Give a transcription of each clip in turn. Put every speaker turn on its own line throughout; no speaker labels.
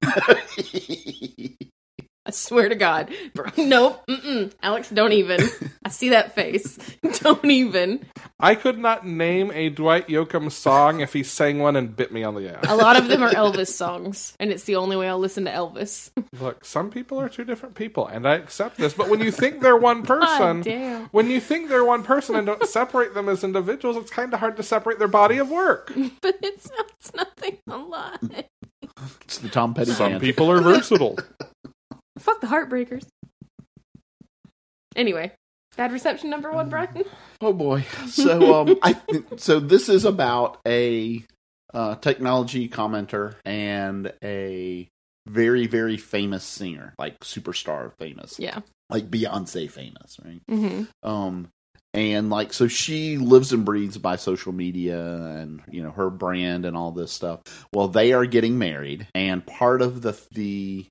I swear to God, bro. Nope. Mm-mm. Alex, don't even. I see that face. Don't even.
I could not name a Dwight Yoakam song if he sang one and bit me on the ass.
A lot of them are Elvis songs, and it's the only way I'll listen to Elvis.
Look, some people are two different people, and I accept this. But when you think they're one
God
person,
damn.
when you think they're one person and don't separate them as individuals, it's kind of hard to separate their body of work.
But it sounds nothing alike.
It's the Tom Petty
Some
band.
people are versatile.
Fuck the Heartbreakers. Anyway, bad reception number one, Brian.
Oh boy. So um, I so this is about a uh, technology commenter and a very very famous singer, like superstar famous,
Yeah.
like Beyonce famous, right?
Mm-hmm.
um and like so she lives and breathes by social media and you know her brand and all this stuff well they are getting married and part of the the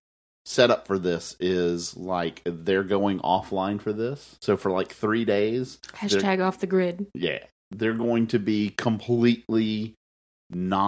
setup for this is like they're going offline for this so for like 3 days
Hashtag off the grid.
yeah they're going to be completely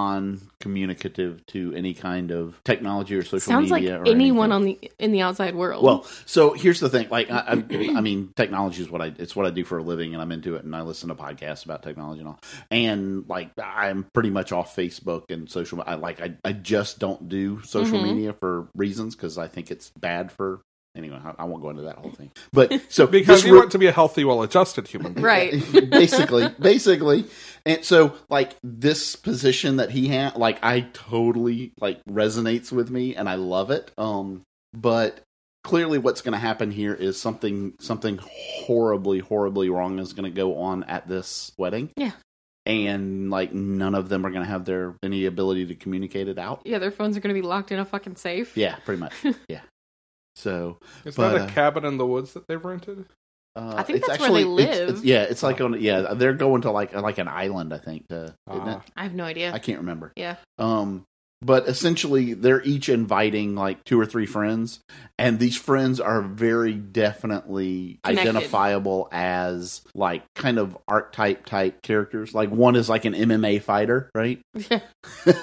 non-communicative to any kind of technology or social
Sounds like
media or
anyone
anything.
on the in the outside world.
Well, so here's the thing. Like, I, I, I mean, technology is what I it's what I do for a living, and I'm into it, and I listen to podcasts about technology and all. And like, I'm pretty much off Facebook and social. I like, I, I just don't do social
Mhm.
media for reasons because I think it's bad for. Anyway, I, I won't go into that whole thing. But so
Because
this
you
re-
want to be a healthy, well adjusted human being.
Right.
basically, basically. And so like this position that he had like I totally like resonates with me and I love it. Um but clearly what's going to happen here is something something horribly horribly wrong is going to go on at this wedding.
Yeah.
And like none of them are going to have their any ability to communicate it out.
yeah, their phones are going to be locked in a fucking safe.
Yeah, pretty much. yeah. So
Is
But,
that a
uh,
cabin in the woods that they've rented?
uh,
I think
it's
that's where they
actually- it's-
live.
it's- yeah, it's like on. Yeah, they're going to like like an island. I think. To, isn't it?
Ah.
I have no idea.
I can't remember.
Yeah.
Um, but essentially, they're each inviting like two or three friends, and these friends are very definitely
Connected.
identifiable as like kind of archetype type characters. Like one is like an MMA fighter, right?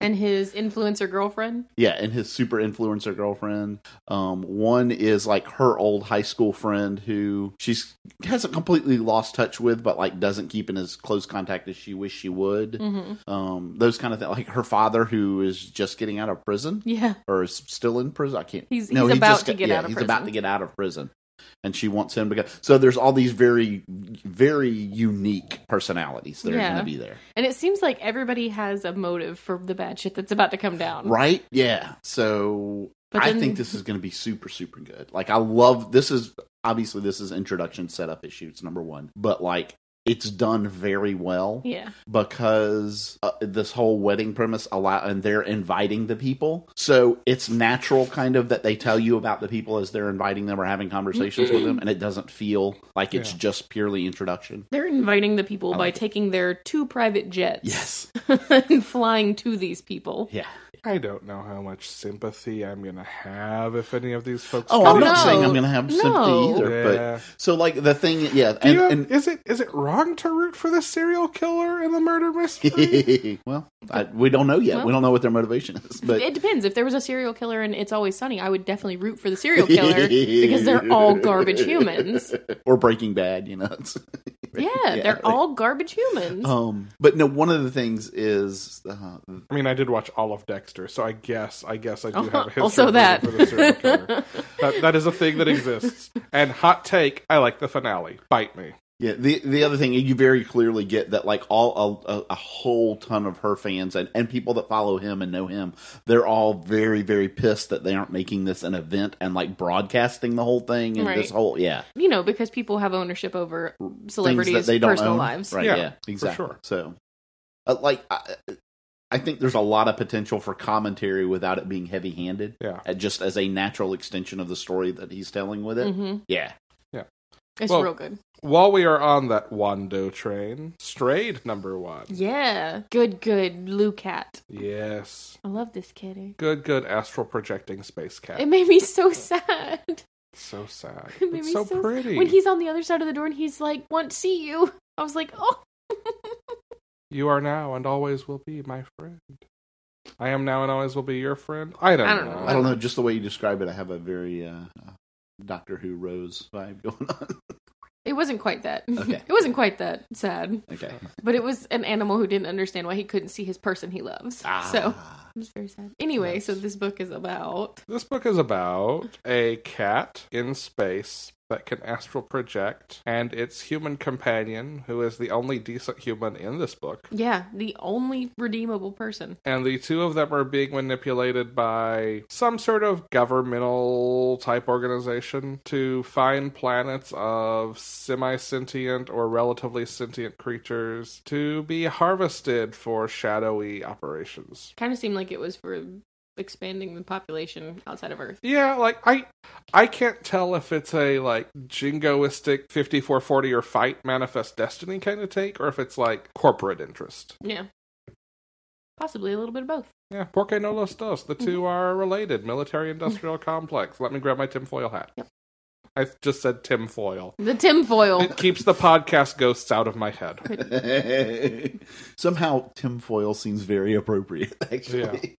and his influencer girlfriend.
yeah, and his super influencer girlfriend. Um, one is like her old high school friend who she's hasn't completely lost touch with, but like doesn't keep in as close contact as she wished she would.
Mm-hmm.
um, those kind of things. Like her father, who is just getting out of prison
Yeah.
or is still in prison. I can't.
He's-
no,
he's
he
about
just
to
got-
get
yeah,
out of
he's
prison.
about to get out of prison, and she wants him to go. So there's all these very, very unique personalities that are
Yeah.
going to be there,
And it seems like everybody has a motive for the bad shit that's about to come down.
right? Yeah. So
But
I
then-
think this is going to be super, super good. Like I love this is obviously this is introduction setup issues number one, but like. It's done very well.
Yeah.
because uh, this whole wedding premise allow and they're inviting the people so it's natural kind of that they tell you about the people as they're inviting them or having conversations with them and it doesn't feel like it's
Yeah.
just purely introduction
They're inviting the people
I
by
like it.
taking their two private jets
yes
and flying to these people.
yeah
I don't know how much sympathy I'm going to have if any of these folks.
oh
come
i'm not
up.
no.
saying i'm gonna have
No.
sympathy either
Yeah.
but so like the thing yeah
Do
and,
you have-
and
is it is it wrong to root for the serial killer in the murder mystery?
well I, we don't know yet we
Well-
don't know what their motivation is but
it depends. If there was a serial killer and It's Always Sunny, I would definitely root for the serial killer because they're all garbage humans.
or breaking bad you know it's-
Yeah,
like-
they're all garbage humans.
Um, but no, one of the things is uh,
I mean, I did watch all of Dexter, so I guess I guess I do have a history
Uh-huh. also
of rooting
that.
for the serial killer. that that is a thing that exists. And hot take, I like the finale. Bite me.
yeah. The the other thing you very clearly get that like all a, a, a whole ton of her fans and, and people that follow him and know him, they're all very very pissed that they aren't making this an event and like broadcasting the whole thing and this
Right.
whole yeah
you know, because people have ownership over celebrities' personal
own.
lives.
Right? Yeah,
Yeah,
exactly.
sure.
So, uh, like, I, I think there's a lot of potential for commentary without it being heavy handed.
Yeah.
just as a natural extension of the story that he's telling with it.
hmm
Yeah.
It's
Well-
real good.
While we are on that Wando train, strayed number one.
Yeah. Good, good. Lou Cat.
Yes.
I love this kitty.
Good, good astral projecting space cat.
It made me so sad. It
so sad.
made me
It's so,
sad.
pretty.
When he's on the other side of the door and he's like, want to see you. I was like, oh.
You are now and always will be my friend. I am now and always will be your friend. I don't,
I don't
know.
know.
I don't know. Just the way you describe it, I have a very uh, Doctor Who Rose vibe going on.
It wasn't quite that.
Okay.
it wasn't quite that sad,
okay.
but it was an animal who didn't understand why he couldn't see his person he loves.
Ah.
So it was very sad. Anyway, so this book is about
This book is about a cat in space that can astral project and its human companion, who is the only decent human in this book.
yeah, the only redeemable person.
And the two of them are being manipulated by some sort of governmental type organization to find planets of semi sentient or relatively sentient creatures to be harvested for shadowy operations.
Kind of seemed like it was for expanding the population outside of Earth.
Yeah, like I I can't tell if it's a like jingoistic 5440 or fight manifest destiny kind of take or if it's like corporate interest.
Yeah, possibly a little bit of both.
Yeah, porque no los dos. The
Mm-hmm.
two are related, military industrial complex. Let me grab my tinfoil hat.
Yep. Oh.
I just said tinfoil.
The tinfoil.
It keeps the podcast ghosts out of my head.
Somehow tinfoil seems very appropriate. Actually,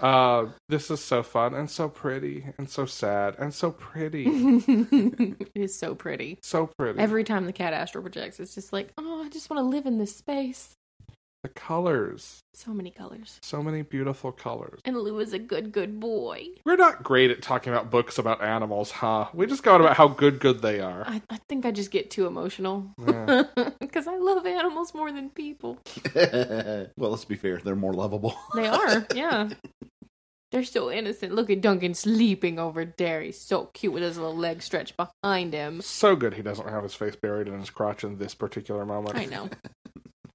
Uh this is so fun and so pretty and so sad and so pretty.
it is so pretty.
So pretty.
Mm-hmm. Every time the cat astral projects, it's just like, oh, I just want to live in this space.
the colors.
So many colors.
So many beautiful colors.
And Lou is a good, good boy.
We're not great at talking about books about animals, huh? We just go on about how good good they are.
I, I think I just get too emotional
Yeah.
because I love animals more than people.
well, let's be fair; they're more lovable.
They are, yeah. They're so innocent. Look at Duncan sleeping over there. He's so cute with his little leg stretched behind him.
So good he doesn't have his face buried in his crotch in this particular moment.
I know.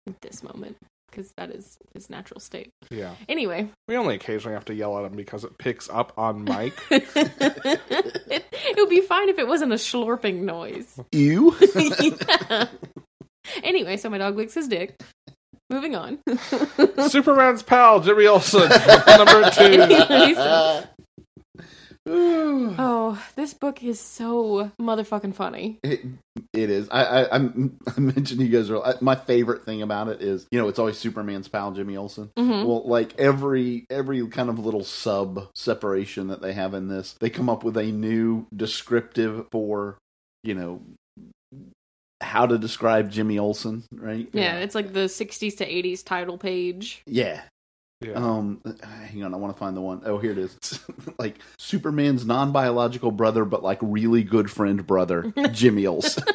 At this moment, because that is his natural state.
Yeah.
Anyway,
We only occasionally have to yell at him because it picks up on Mike.
it, it would be fine if it wasn't a slurping noise.
You?
Yeah. Anyway, so my dog licks his dick. Moving on.
Superman's pal, Jimmy Olsen, number two.
Ooh.
oh, this book is so motherfucking funny.
It, it is. I, I, I'm, I mentioned you guys are. My favorite thing about it is, you know, it's always Superman's pal Jimmy Olsen.
Mhm.
Well, like every every kind of little sub separation that they have in this, they come up with a new descriptive for, you know, how to describe Jimmy Olsen, right?
Yeah, it's like the 60s to 80s title page.
Yeah.
Yeah.
Um, hang on, I want to find the one. Oh, here it is. like Superman's non-biological brother, but like really good friend brother, Jimmy Olsen.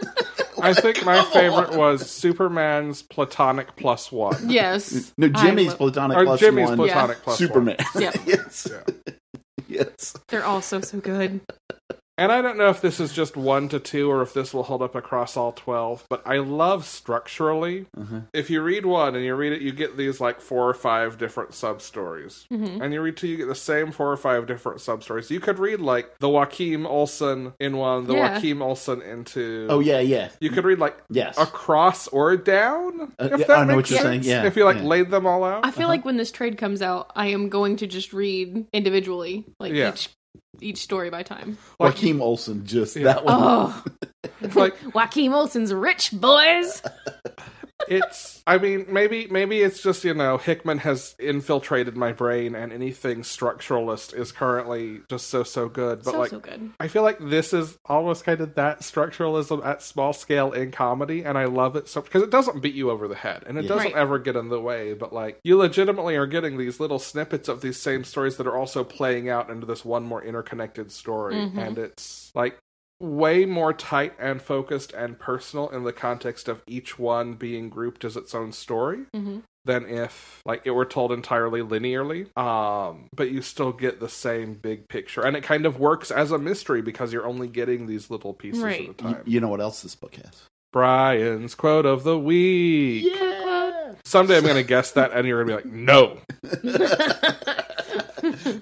I think my
Come on.
favorite was Superman's platonic plus one.
Yes.
No,
I
Jimmy's
lo-
platonic
Or
plus
Jimmy's
one.
plat-
platonic plus one.
Superman.
Yeah.
yes.
Yeah.
Yes.
They're all so, so good.
And I don't know if this is just one to two or if this will hold up across all 12, but I love structurally
Uh-huh.
if you read one and you read it, you get these like four or five different sub stories.
Mhm.
And you read two, you get the same four or five different sub stories. You could read like the Joaquim Olsen in one, the
Yeah.
Joaquim Olsen in two.
Oh yeah, yeah.
You could read like
Yes.
across or down.
Uh,
if
yeah,
that
I
makes
know what you're
sense.
saying, yeah,
If you like
yeah.
laid them all out.
I feel like when this trade comes out, I am going to just read individually, like
Yeah.
each each story by time.
Like-
Joaquin Olsen, just
Yeah.
that one.
Oh,
like
Joaquin Olsen's rich boys.
it's I mean maybe maybe it's just you know Hickman has infiltrated my brain and anything structuralist is currently just so so good but
so
like
so good.
I feel like this is almost kind of that structuralism at small scale in comedy, and I love it so because it doesn't beat you over the head and it
Yeah.
doesn't
Right.
ever get in the way. But like, you legitimately are getting these little snippets of these same stories that are also playing out into this one more interconnected story,
Mhm.
and it's like way more tight and focused and personal in the context of each one being grouped as its own story
hmm
than if like it were told entirely linearly um but you still get the same big picture and it kind of works as a mystery because you're only getting these little pieces
Right.
at a
You,
time
you know what else this book has?
brian's quote of the week someday i'm gonna guess that and you're gonna be like no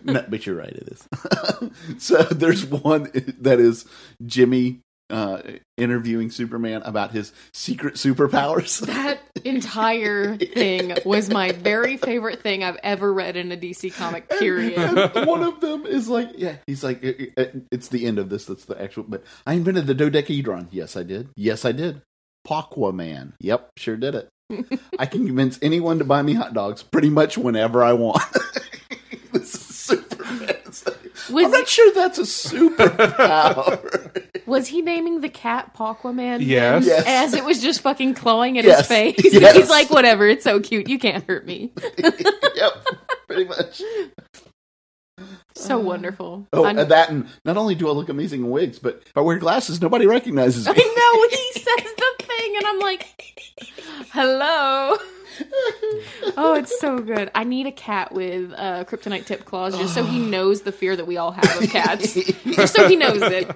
no, but you're right. It is. so there's one that is Jimmy uh, interviewing Superman about his secret superpowers.
That entire thing was my very favorite thing I've ever read in a DC comic. Period.
And one of them is like, yeah, he's like, it- it- it's the end of this. That's the actual. But I invented the dodecahedron. Yes, I did. Yes, I did. Paquaman. Yep, sure did it. I can convince anyone to buy me hot dogs pretty much whenever I want. this is super fast.
Was
I'm not sure that's a superpower.
Was he naming the cat Paquaman?
Yes.
Yes.
As it was just fucking clawing at
Yes.
his face.
Yes.
He's like, whatever, it's so cute. You can't hurt me.
yep, pretty much.
So
Uh,
wonderful.
Oh,
I'm-
and that, and not only do I look amazing in wigs, but if I wear glasses, nobody recognizes
I
me.
know he says the thing, and I'm like, hello. Oh, it's so good. I need a cat with uh, kryptonite tip claws just so he knows the fear that we all have of cats. just so he knows it.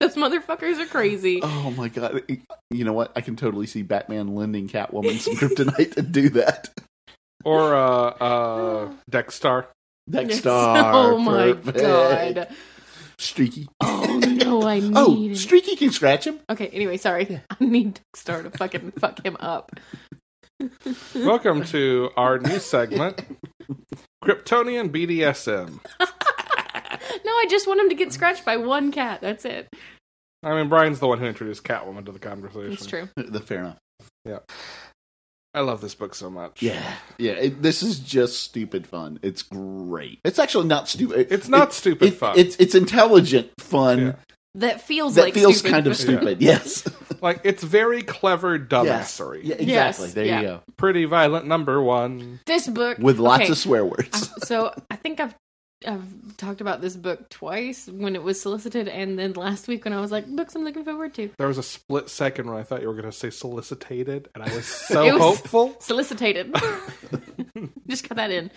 Those motherfuckers are crazy.
Oh my god! You know what? I can totally see Batman lending Catwoman some kryptonite to do that.
Or uh, uh, Dexter.
Next
Yes.
star.
Oh my
perfect.
god.
Streaky.
Oh no, I need
Oh,
it.
Streaky can scratch him.
Okay, anyway, sorry. I need Dexter to fucking fuck him up.
Welcome to our new segment, Kryptonian BDSM.
No, I just want him to get scratched by one cat. That's it.
I mean, Brian's the one who introduced Catwoman to the conversation.
That's true.
Uh, The fair enough.
I love this book so much.
Yeah, yeah. It, this is just stupid fun. It's great. It's actually not stupid.
It's not
It-
stupid
it-
fun.
It's it's intelligent fun
Yeah.
That feels
that
like
feels
stupid.
kind of
but-
stupid. Yes.
like, it's very clever dumbassery.
Yeah, exactly.
Yes,
There
yeah.
you go.
Pretty violent number one.
This book
With lots
okay. Uh,
of swear words.
I- so I think I've I've talked about this book twice when it was solicited, and then last week when I was like, books I'm looking forward to.
There was a split second when I thought you were going to say solicited, and I was so
It was-
hopeful.
Solicited. Just cut that in.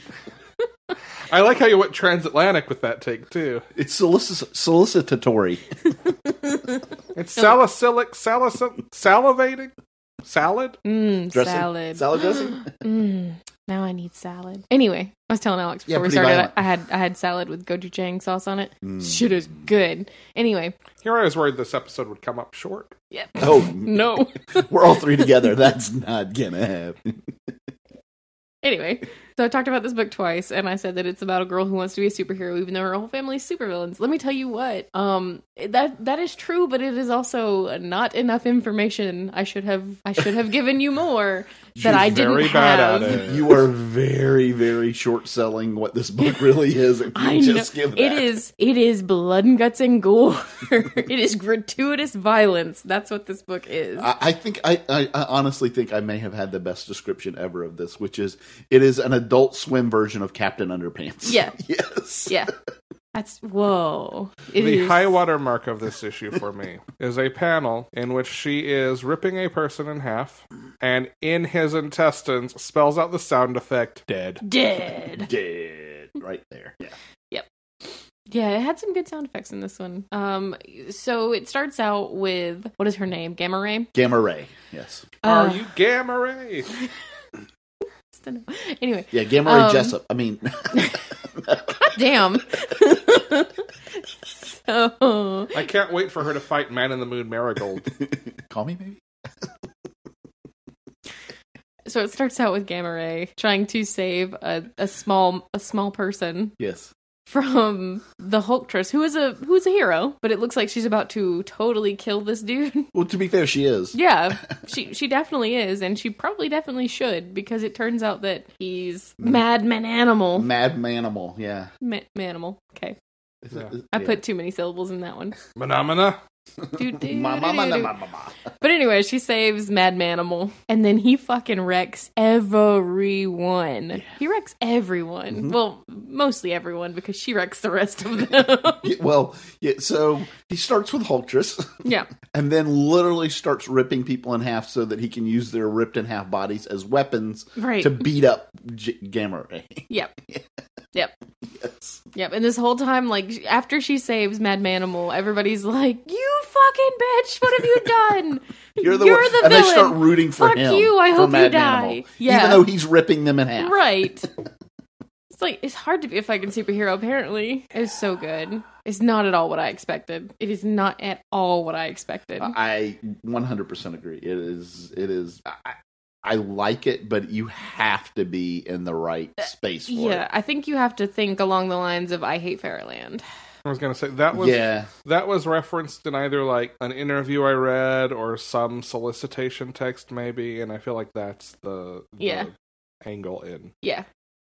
I like how you went transatlantic with that take, too.
It's solici- solicitatory.
It's salicylic, salicy, salivating, salad.
Mm,
Dressing?
salad.
Salad dressing?
Mm, now I need salad. Anyway, I was telling Alex
Yeah,
before we
pretty
started,
violent.
I, I had I had salad with gochujang sauce on it.
Mm.
Shit is good. Anyway,
Here I was worried this episode would come up short.
yeah.
Oh,
no.
we're all three together. That's not gonna happen.
Anyway, so I talked about this book twice, and I said that it's about a girl who wants to be a superhero, even though her whole family's supervillains. Let me tell you what, um, that that is true, but it is also not enough information. I should have I should have given you more that I didn't
very bad
have.
at it.
You are very, very short selling what this book really is. If you
I know
just give
it
that.
is it is blood and guts and gore. it is gratuitous violence. That's what this book is.
I I think I, I, I honestly think I may have had the best description ever of this, which is it is an adult swim version of Captain Underpants.
Yeah.
yes.
yeah, that's whoa. It
the
is-
high water mark of this issue for me is a panel in which she is ripping a person in half and in his intestines spells out the sound effect dead.
dead.
Dead right there. Yeah.
Yeah, it had some good sound effects in this one. Um, so it starts out with what is her name? Gamma Ray.
Gamma ray. Yes.
Are
Uh,
you gamma ray?
I don't know. Anyway,
Yeah. Gamma ray
Um,
Jessup. I mean,
damn. so
I can't wait for her to fight Man in the Moon Marigold.
call me maybe.
so it starts out with Gamma Ray trying to save a, a small a small person
Yes.
from the Hulktress, who is a who is a hero, but it looks like she's about to totally kill this dude.
Well, to be fair, she is.
yeah, she she definitely is, and she probably definitely should because it turns out that he's
Mm.
Madman Animal.
Mad manimal. Yeah.
Ma- manimal. Okay.
Is it-
Yeah.
is-
I
yeah.
put too many syllables in that one.
Phenomena.
Do, do,
Ma- ma-
do,
ma-
do,
ma-
do.
ma- ma- ma.
But anyway, she saves Mad Manimal. And then he fucking wrecks everyone. He wrecks everyone.
Mhm.
Well, mostly everyone because she wrecks the rest of them.
Yeah, well, yeah, so he starts with Hultress
yeah.
and then literally starts ripping people in half so that he can use their ripped in half bodies as weapons
Right.
to beat up J- Gamma Ray.
Yep.
Yes.
Yep. And this whole time, like, after she saves Mad Manimal, everybody's like, You fucking bitch, what have you done?
You're the, wor-
villain.
And they start rooting for
Fuck
him.
you, I
for
hope you
Mad
die.
Manimal,
Yeah.
Even though he's ripping them in half.
Right. It's like it's hard to be a fucking superhero. Apparently, it's so good. It's not at all what I expected. It is not at all what I expected.
I 100% agree. It is, it is, I, I like it, but you have to be in the right space for
yeah,
it.
I think you have to think along the lines of "I hate Fairyland."
I was gonna say that was
yeah,
that was referenced in either like an interview I read or some solicitation text maybe, and I feel like that's the, the
Yeah.
angle in.
Yeah.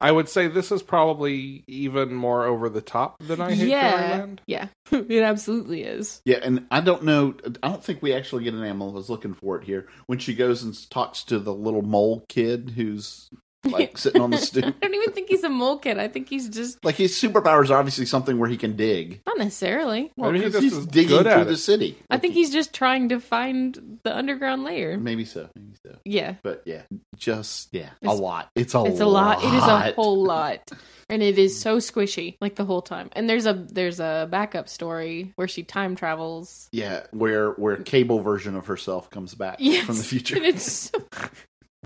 I would say this is probably even more over the top than I hate
yeah.
Fairyland.
Yeah. it absolutely is.
yeah, and I don't know. I don't think we actually get an animal. I was looking for it here when she goes and talks to the little mole kid who's like sitting on the
I
stoop.
don't even think he's a mole kid. I think he's just
Like his superpowers are obviously something where he can dig.
not necessarily.
Well,
Maybe he
'cause
just
he's
is
digging
good at
through
it.
the city.
I think he's just trying to find the underground layer.
maybe so. Maybe so.
Yeah.
But yeah, just yeah, a
It's-
lot. It's a
It's a lot. It is a whole lot. And it is so squishy like the whole time. And there's a there's a backup story where she time travels.
Yeah, where where cable version of herself comes back
Yes.
from the future.
And it's so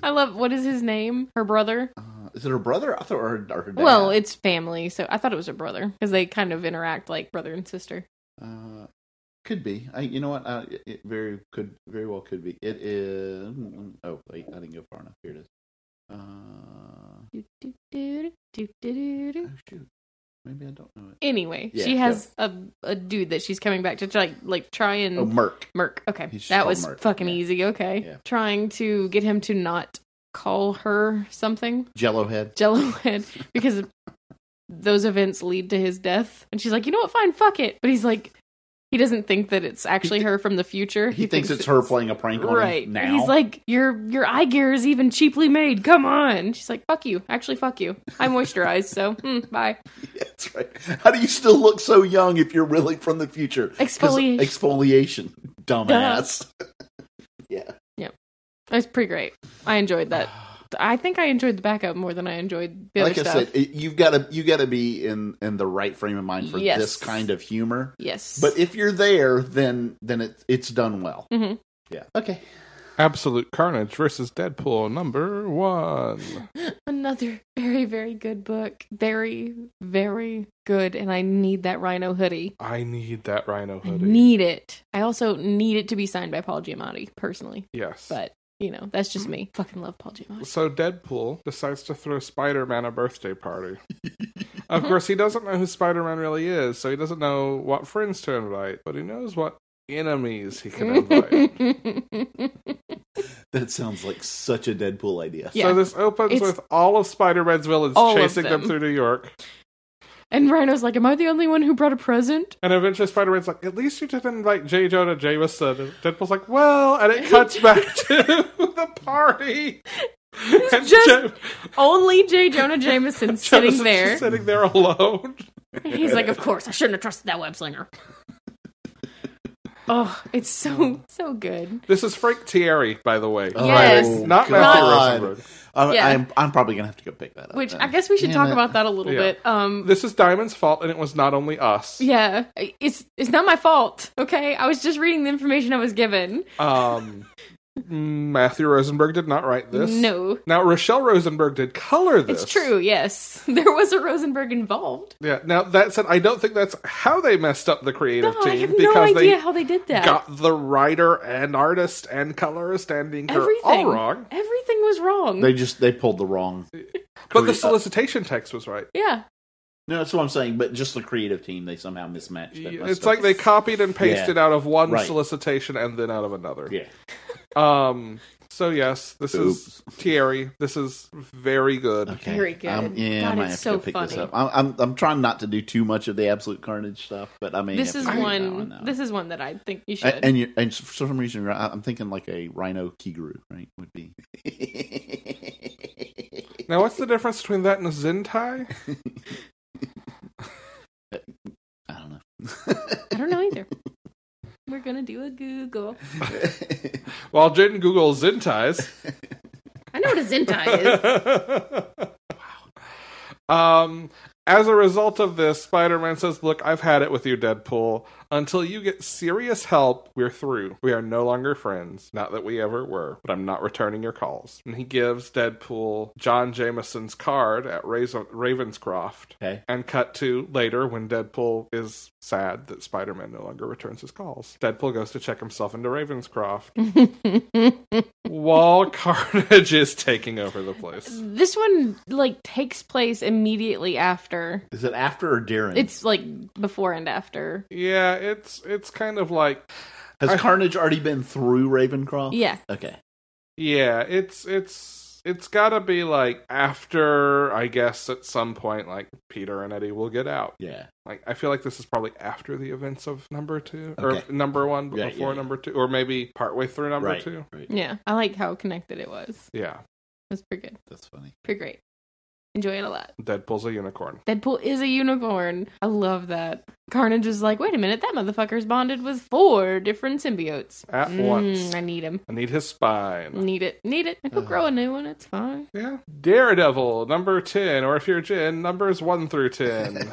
I love what is his name? Her brother?
Uh, is it her brother? I thought or, or her dad.
Well, it's family, so I thought it was her brother because they kind of interact like brother and sister.
uh, could be. I, you know what? Uh, it, it very could very well could be. It is. Oh wait, I didn't go far enough. Here it is. Uh,
Do, do, do, do, do, do, do.
oh shoot, maybe I don't know it.
Anyway,
Yeah,
she has a, a dude that she's coming back to like like try and
Oh, Merc.
Merc. Okay,
He's just
that
called
was
Merc.
fucking
Yeah.
easy. Okay,
Yeah.
trying to get him to not call her something
Jello head.
Jello head because those events lead to his death. And she's like, you know what? Fine, fuck it. But he's like, he doesn't think that it's actually
thi-
her from the future.
He, thinks, it's her playing a prank on
Right.
him now.
He's like, your your eye gear is even cheaply made. Come on. She's like, fuck you. Actually, fuck you. I moisturized, so mm, bye.
That's right. How do you still look so young if you're really from the future? 'Cause
Exfoliation.
Exfoliation. Dumbass. yeah.
That's pretty great. I enjoyed that. I think I enjoyed the backup more than I enjoyed the
like
other
I
stuff.
said, it, you've got to you got to be in in the right frame of mind for
Yes.
this kind of humor.
yes.
But if you're there, then then it it's done well.
Mhm.
Yeah. Okay.
Absolute Carnage versus Deadpool number one.
Another very, very good book. Very, very good. And I need that rhino hoodie.
I need that Rhino
I
hoodie.
need it. I also need it to be signed by Paul Giamatti personally.
yes.
But, you know, that's just me. Fucking love Paul Giamatti.
So Deadpool decides to throw Spider Man a birthday party. of course, he doesn't know who Spider Man really is, so he doesn't know what friends to invite, but he knows what enemies he can invite.
That sounds like such a Deadpool idea.
Yeah.
So this opens
It's-
with all of Spider Man's villains
All of
chasing them.
them.
through New York.
and Rhino's like, Am I the only one who brought a present?
And eventually Spider Man's like, At least you didn't invite J. Jonah Jameson. And Deadpool's like, Well, and it cuts back to the party. And
just
Ja-
Only J. Jonah Jameson sitting
Jameson's
there.
just Sitting there alone.
He's like, Of course, I shouldn't have trusted that web slinger. oh, it's so, so good.
This is Frank Thierry, by the way.
Oh,
Yes.
Not Matthew
God.
Rosenberg.
I,
Yeah.
I'm I'm probably gonna have to go pick that up.
Which
then.
I guess we should
Damn
talk
it.
about that a little
Uh, Yeah.
bit. Um,
This is Diamond's fault, and it was not only us.
Yeah, it's it's not my fault. Okay, I was just reading the information I was given.
Um, Matthew Rosenberg did not write this.
No,
Now Rochelle Rosenberg did color this.
it's true. Yes, there was a Rosenberg involved.
Yeah. Now that said, I don't think that's how they messed up the creative
No,
team
I have no
because
idea how they did
they
that.
got the writer and artist and colorist and inker all
everything
wrong.
Everything was wrong.
they just they pulled the wrong.
But the
Crea-
solicitation text was right.
yeah,
No, that's what I'm saying. But just the creative team, they somehow mismatched. it.
It's like they copied and pasted out of one
Right.
solicitation and then out of another.
yeah.
Um. So yes, this is Thierry. This is very good.
Okay.
Very good.
Um, yeah,
God,
I might
it's
have
so
to go pick this
funny.
up. I'm, I'm I'm trying not to do too much of the absolute carnage stuff, but I mean,
this is one. this is one that I think you should.
and you and for some reason I- I'm thinking like a rhino kiguru, right? Would be.
Now, what's the difference between that and a Zentai?
I don't know.
I don't know either. We're gonna do a Google.
While Jaden Googles Zentais,
I know what a Zentai is.
Um, as a result of this, Spider Man says, Look, I've had it with you, Deadpool. Until you get serious help, we're through. We are no longer friends. Not that we ever were, but I'm not returning your calls. And he gives Deadpool John Jameson's card at Razo- Ravenscroft.
Okay.
And cut to later when Deadpool is sad that Spider Man no longer returns his calls. Deadpool goes to check himself into Ravenscroft while Carnage is taking over the place.
this one like takes place immediately after.
Is it after or during?
It's like before and after.
Yeah, it's it's kind of like
Has
I-
Carnage already been through Ravencroft?
Yeah.
Okay.
Yeah, it's it's it's got to be like after I guess at some point like Peter and Eddie will get out.
Yeah.
Like I feel like this is probably after the events of number 2 or
Okay.
number 1 but
Yeah, yeah,
before
yeah.
number 2 or maybe partway through number
right.
2.
Right.
Yeah. I like how connected it was. It
Yeah,
was pretty good.
That's funny.
Pretty great. Enjoy it a lot.
Deadpool's a unicorn.
Deadpool is a unicorn. I love that. Carnage is like, wait a minute, that motherfucker's bonded with four different symbiotes. Mm,
At once.
I need him.
I need his spine.
Need it. Need it. He'll
Uh-huh.
grow a new one. It's fine.
Yeah. Daredevil number 10 or if you're Jin, numbers 1 through 10.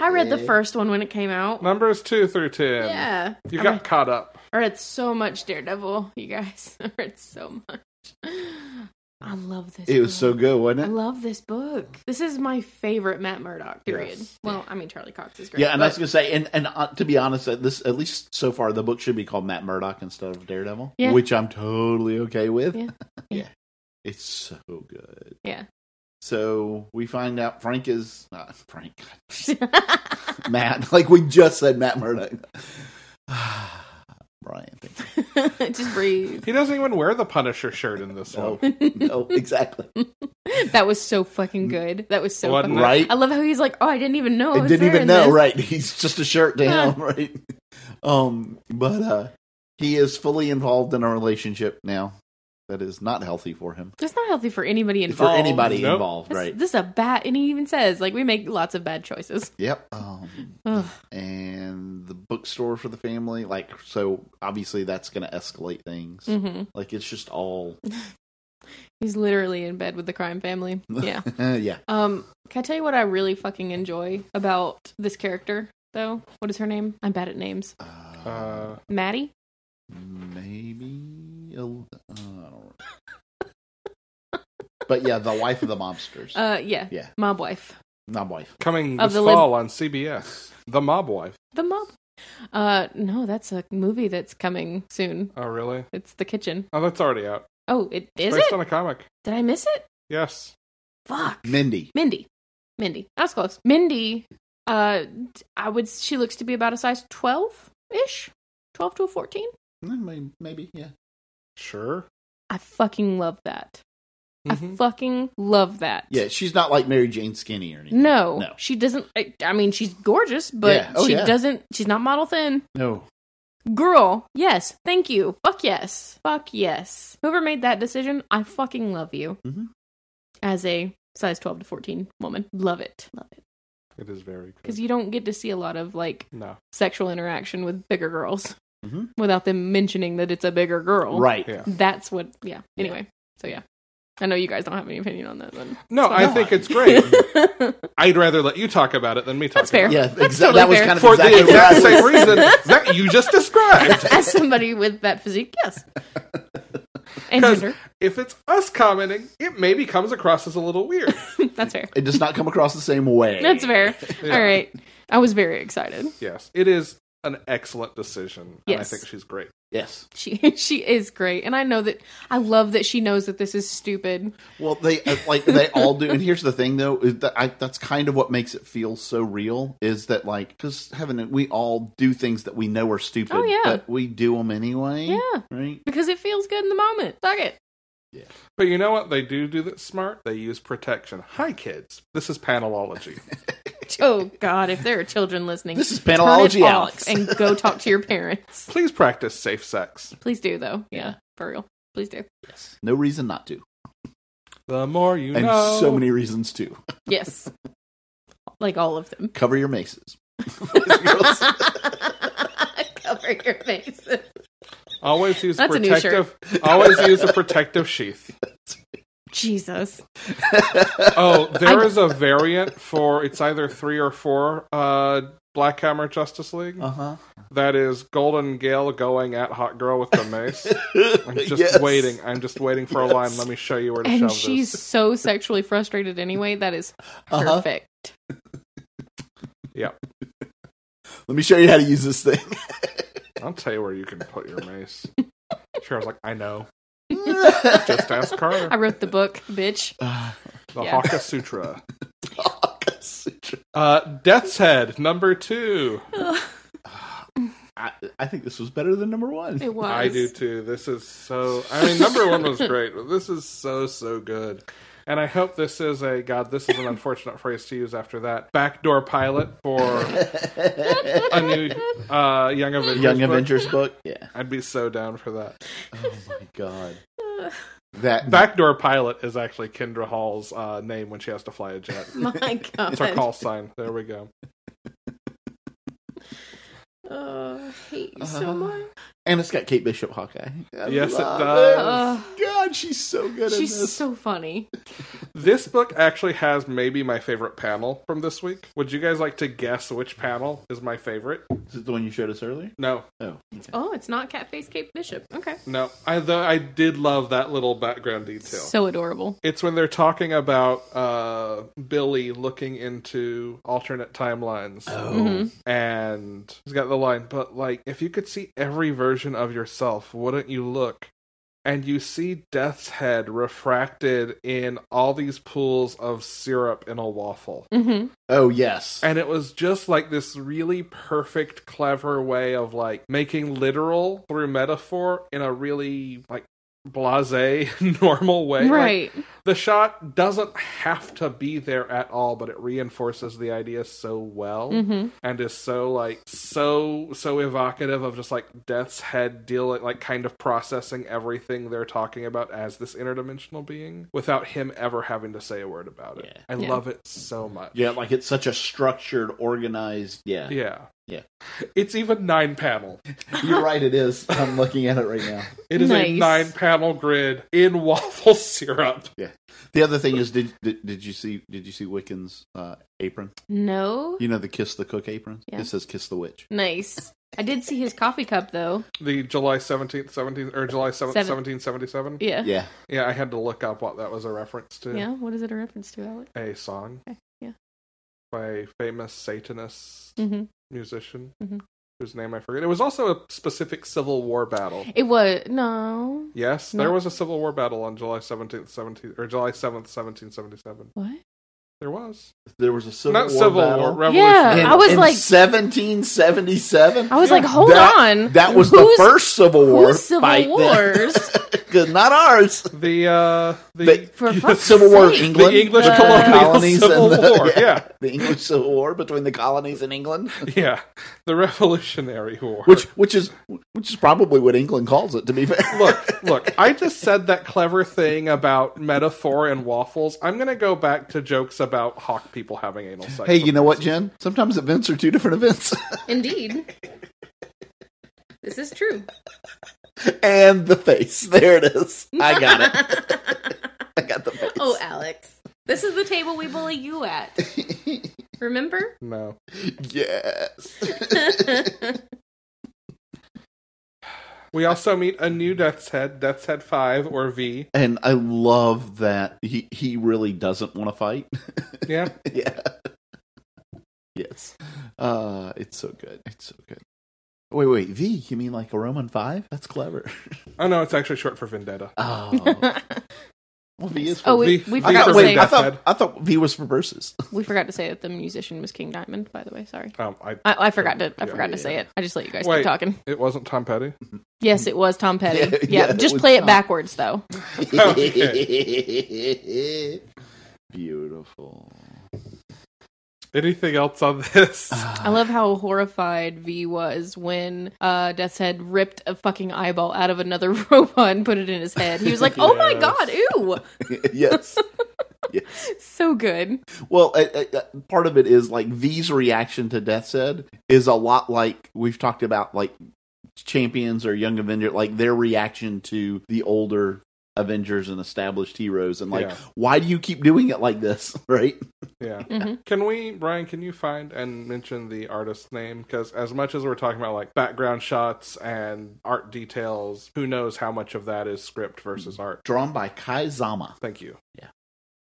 I read the first one when it came out.
numbers 2 through 10.
Yeah.
You
I
got
read-
caught up.
I read so much Daredevil, you guys. I read so much. I love this.
It was so
book.
good,
I
wasn't it?
love this book. This is my favorite Matt Murdock. Period.
Yes.
Well, I mean Charlie Cox is great.
Yeah, and I
but-
was gonna say, and and uh, to be honest, at this at least so far, the book should be called Matt Murdock instead of Daredevil,
Yeah.
which I'm totally okay with.
Yeah. Yeah.
it's so good.
Yeah.
So we find out Frank is not Frank. Matt, like we just said, Matt Murdock. Brian, thank you.
Just breathe.
He doesn't even wear the Punisher shirt in this one.
No, Oh, no, exactly.
That was so fucking good. That was so
Wasn't
fucking
it?
Right?
I love how he's like, oh, I didn't even know. I
I
was
didn't
there
even
in
know,
this."
right? He's just a shirt to him, right? Um, but uh, he is fully involved in a relationship now that is not healthy for him,
That's not healthy for anybody
for
involved.
anybody
Nope.
involved,
This,
right?
this is a bad, and he even says like we make lots of bad choices.
Yep. Um,
Ugh.
and the bookstore for the family, like, so obviously that's going to escalate things.
hmm
Like, it's just all,
He's literally in bed with the crime family. Yeah.
yeah.
Um, can I tell you what I really fucking enjoy about this character, though? What is her name? I'm bad at names.
Uh,
Uh,
Maddie?
maybe a, uh, I don't know. but yeah, the wife of the mobsters,
Uh, yeah.
Yeah.
Mob wife.
not wife.
Coming
Of
this
the lib-
fall on CBS, The Mob Wife.
The mob. Uh, no, that's a movie that's coming soon.
Oh, really?
It's The Kitchen.
Oh, that's already out.
Oh, it is
Based
it?
on a comic.
Did I miss it?
Yes.
Fuck.
Mindy.
Mindy. Mindy. I was close. Mindy, uh, I would, she looks to be about a size 12 ish. 12 to a 14.
Mm, may- Maybe, yeah.
Sure.
I fucking love that. I
Mhm.
fucking love that.
Mm-hmm. Yeah, she's not like Mary Jane Skinny or anything.
No,
No.
she doesn't. I, I mean, she's gorgeous, but
Yeah. Oh,
she
yeah.
doesn't. She's not model thin.
No.
Girl, yes, thank you. Fuck yes, fuck yes. Whoever made that decision, I fucking love you.
Mhm.
As a size twelve to fourteen woman, love it, love it,
It is very good.
because you don't get to see a lot of like
no.
sexual interaction with bigger girls
Mhm.
without them mentioning that it's a bigger girl.
Right.
Yeah.
That's what. Yeah. Anyway, so yeah, I know you guys don't have any opinion on that. Then.
No,
So-
I think it's great. I'd rather let you talk about it than me talk
That's fair.
about it.
Yeah,
That's
exa-
totally
that was
fair.
kind of
For
exactly
the exact
what I
same
was-
reason that you just described.
as somebody with that physique, yes. And
'Cause
gender.
If it's us commenting, it maybe comes across as a little weird.
That's fair.
It does not come across the same way.
That's fair.
Yeah.
All right. I was very excited.
Yes. It is an excellent decision. And I
Yes.
think she's great.
Yes.
She she is great, and I know that I love that she knows that this is stupid.
Well, they uh, like they all do. And here's the thing, though, is that I, that's kind of what makes it feel so real. Is that like because heaven, we all do things that we know are stupid,
Oh, yeah.
but we do them anyway.
Yeah,
Right.
because it feels good in the moment. Fuck it.
But you know what? They do do that smart. They use protection. Hi, kids. This is panelology.
Oh God, if there are children listening,
This is
turn it
panelology, Alex.
off and go talk to your parents.
Please practice safe sex.
Please do though. Yeah, for real. Please do.
no reason not to,
The more you
and
know.
so many reasons to
Yes, like all of them.
cover your maces.
Cover your face.
Always use
That's a new
protective. Always use a protective sheath.
Jesus.
Oh, there
I-
is a variant for it's either three or four uh, Black Hammer Justice League.
Uh huh.
That is Golden Gale going at Hot Girl with the mace. I'm just waiting. I'm just waiting for a
Yes.
line. Let me show you where to
And
shove
she's
this.
so sexually frustrated anyway. That is
Uh-huh.
perfect.
Let me show you how to use this thing.
I'll tell you where you can put your mace. Sure, I was like, I know. Just ask Carter.
I wrote the book, bitch.
Uh, The
Yeah.
Hawka Sutra. Uh, Death's Head, number two.
I, I think this was better than number one.
It was.
I do too. This is so. I mean, number one was great, but this is so, so good. And I hope this is a God, this is an unfortunate phrase to use after that backdoor pilot for a new uh, Young Avengers.
Young
book.
Avengers book. Yeah.
I'd be so down for that.
Oh my god. That
Backdoor Pilot is actually Kendra Hall's uh, name when she has to fly a jet.
My
It's her
God.
call sign. There we go.
Oh, I hate you
Uh-huh.
so much.
and it's got Kate Bishop Hawkeye. I
Yes, it
love
does.
it. God, she's so good in
She's
this.
so funny.
This book actually has maybe my favorite panel from this week. Would you guys like to guess which panel is my favorite?
Is it the one you showed us earlier?
No,
Oh, okay.
Oh, it's not Catface Kate Bishop. Okay.
no. I though I did love that little background detail.
So adorable.
it's when they're talking about uh, Billy looking into alternate timelines, Mm-hmm.
Mhm.
and he's got the line. But like, if you could see every version of yourself, wouldn't you look? And you see Death's head refracted in all these pools of syrup in a waffle.
hmm
oh yes.
And it was just like this really perfect, clever way of like making literal through metaphor in a really like blase, normal way. Like,
Right.
the shot doesn't have to be there at all, but it reinforces the idea so well
hmm
and is so like so so evocative of just like Death's head deal like kind of processing everything they're talking about as this interdimensional being without him ever having to say a word about it.
Yeah.
I
Yeah.
love it so much.
Yeah, like it's such a structured, organized. Yeah,
Yeah.
Yeah.
It's even nine panel.
you're right. It is. I'm looking at it right now.
It is a
Nice.
nine panel grid in waffle syrup.
The other thing is, did did, did you see did you see Wiccan's uh, apron?
No.
You know the kiss the cook apron.
Yeah.
It says kiss the witch.
Nice. I did see his coffee cup though.
The July 17th, 17th, or July 7th,
Seven.
1777.
Yeah.
Yeah,
Yeah, I had to look up what that was a reference to.
Yeah, What is it a reference to, Alex?
A song.
Okay, yeah.
By a famous Satanist
hmm
musician
Mhm.
whose name I forget. It was also a specific Civil War battle.
It was no.
Yes,
No.
there was a Civil War battle on July 17th, 17, or July 7th, 1777.
What?
There was.
there was a civil
Not
war
Civil
battle.
War, Revolution.
In-
Yeah, I was
in
like-
1777.
I was
Yeah.
like, hold
That-
on.
That was the
Who's-
first Civil War.
whose Civil
fight then.
Wars?
'Cause not ours.
The, uh, the,
They-
For
The
fuck's
Civil War of
sake.
England,
The English
between
colonial Civil
and the,
War, yeah.
the English Civil War between the colonies and England,
yeah, the Revolutionary War.
which which is which is probably what England calls it. To be fair,
look, look, I just said that clever thing about metaphor and waffles. I'm going to go back to jokes about hawk people having anal sex.
Hey, you know what, Jen? Sometimes events are two different events,
Indeed. this is true.
and the face. There it is. I got it. I got the face.
oh, Alex. This is the table we bully you at. Remember?
No.
yes.
We also meet a new Death's Head, Death's Head 5, or V.
and I love that he he really doesn't want to fight.
Yeah.
yeah. Yes. Uh it's so good. It's so good. Wait, wait, V, you mean like a Roman five? That's clever.
Oh, no, it's actually short for Vendetta.
Oh, well, V is for
oh,
V.
we,
V-
we
I
I,
forgot
got,
to
for
wait,
say
I
Vendetta.
thought I thought V was for verses.
we forgot to say that the musician was King Diamond. By the way, sorry,
Um, I,
I, I forgot to I
Yeah.
forgot to say it. I just let you guys
Wait.
keep talking.
it wasn't Tom Petty.
Yes, it was Tom Petty.
Yeah,
Yeah,
yeah, it
just
was
play
Tom.
it backwards though.
Beautiful.
Anything else on this?
I love how horrified V was when uh, Death's Head ripped a fucking eyeball out of another robot and put it in his head. He was like, "Oh my
Yes.
god, ew,
yes. yes.
so good."
Well, uh, uh, uh, part of it is like V's reaction to Death's Head is a lot like we've talked about, like champions or Young Avenger, like their reaction to the older Avengers and established heroes, and like,
Yeah.
why do you keep doing it like this, right?
Yeah.
Mhm.
Can we, Brian? Can you find and mention the artist's name? Because as much as we're talking about like background shots and art details, who knows how much of that is script versus art?
Drawn by Kai Zama.
Thank you.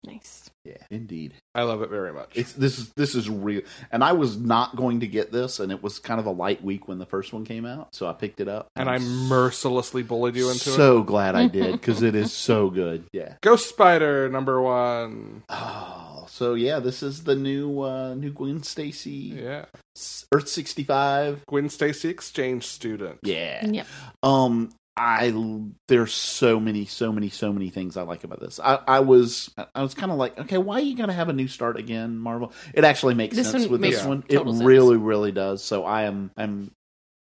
Nice.
Yeah, indeed.
I love it very much.
It's this is this is real, and I was not going to get this, and it was kind of a light week when the first one came out, so I picked it up,
and I mercilessly bullied you into it.
so glad I did because it is so good. Yeah.
Ghost Spider number one.
Oh, so yeah, this is the new uh new Gwen Stacy
Yeah.
S- Earth sixty five.
Gwen Stacy exchange student.
Yeah.
Yep.
Um, I l- there's so many, so many, so many things I like about this. I, I was I was kind of like, okay, why are you gonna have a new start again, Marvel? It actually makes
This
sense
one
with this
makes
one. It
total sense.
really, really does. So I am I'm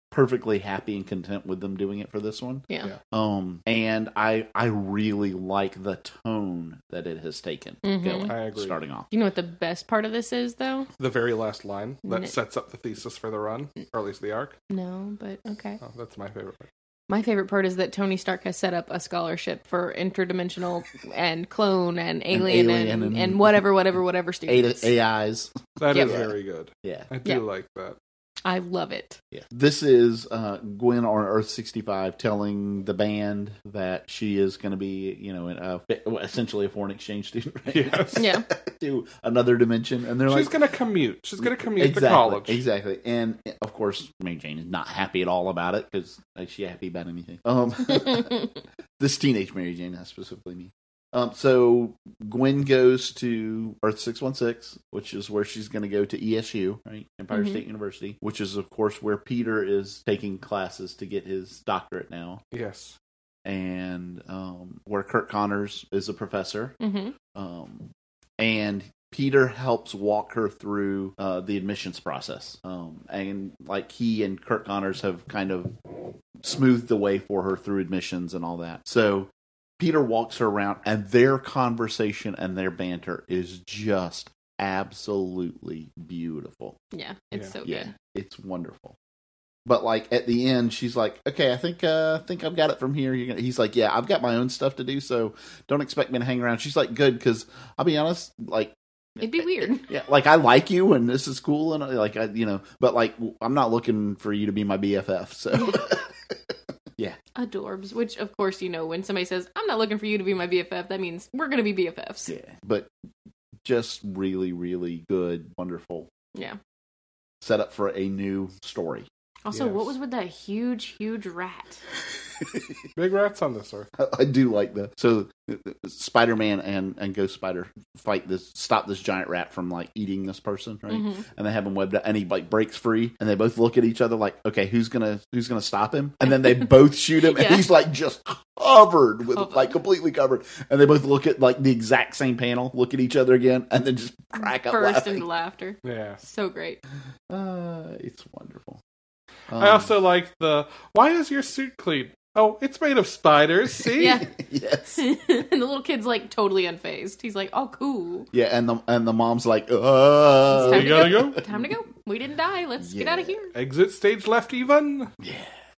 perfectly happy and content with them doing it for this one.
Yeah.
Yeah.
Um, and I I really like the tone that it has taken
Mhm.
going
I agree.
starting off.
You know what the best part of this is, though?
The very last line that
No.
sets up the thesis for the run,
Mm-hmm.
or at least the arc.
No, but okay.
Oh, that's my favorite. part.
My favorite part is that Tony Stark has set up a scholarship for interdimensional and clone and alien and,
alien
and,
and-
whatever, whatever, whatever
A-
students.
AIs,
That is
Yeah.
very good.
yeah.
I do
Yeah.
like that.
I love it.
Yeah. This is uh, Gwen on Earth 65 telling the band that she is going to be, you know, an, uh, essentially a foreign exchange student right?
Yes.
Yeah.
to another dimension. And they're
She's
like,
gonna commute. She's gonna commute
exactly,
to college.
Exactly. And of course, Mary Jane is not happy at all about it because is she happy about anything? Um, this teenage Mary Jane, I specifically mean. Um, so Gwen goes to Earth six one six, which is where she's going to go to ESU, right, Empire
Mhm.
State University, which is of course where Peter is taking classes to get his doctorate now,
Yes.
and um, where Kurt Connors is a professor.
hmm
Um, and Peter helps walk her through uh, the admissions process, um, and like he and Kurt Connors have kind of smoothed the way for her through admissions and all that. So Peter walks her around, and their conversation and their banter is just absolutely beautiful.
Yeah, it's
Yeah.
so
Yeah,
good.
it's wonderful. But like at the end, she's like, "Okay, I think uh, I think I've got it from here." You're gonna, he's like, "Yeah, I've got my own stuff to do, so don't expect me to hang around." She's like, "Good," because I'll be honest, like
It'd be weird.
yeah, like I like you and this is cool and like I, you know, but like I'm not looking for you to be my BFF. So
Adorbs, which of course you know when somebody says, "I'm not looking for you to be my BFF," that means we're gonna be BFFs.
yeah, but just really, really good, wonderful
Yeah.
setup for a new story.
Also,
Yes.
what was with that huge, huge rat?
Big rats on this earth.
I, I do like that. So Spider Man and and Ghost Spider fight this, stop this giant rat from like eating this person, right?
Mhm.
And they have him webbed up, and he like breaks free, and they both look at each other like, okay, who's gonna who's gonna stop him? And then they both shoot him,
Yeah.
and he's like just covered with
Covered.
like completely covered, and they both look at like the exact same panel, look at each other again, and then just
Mm-hmm.
crack up
Burst
laughing.
into laughter.
Yeah.
So great.
uh, it's wonderful.
I
Um,
also like the why is your suit clean? Oh, it's made of spiders, see?
Yeah.
Um, yes.
and the little kid's like totally unfazed. He's like, "Oh, cool.
Yeah, and the and the mom's like, oh,
It's
We Uh, gotta go.
Time to go. We didn't die. Let's get
Yeah.
out of here."
Exit stage left even.
Yeah.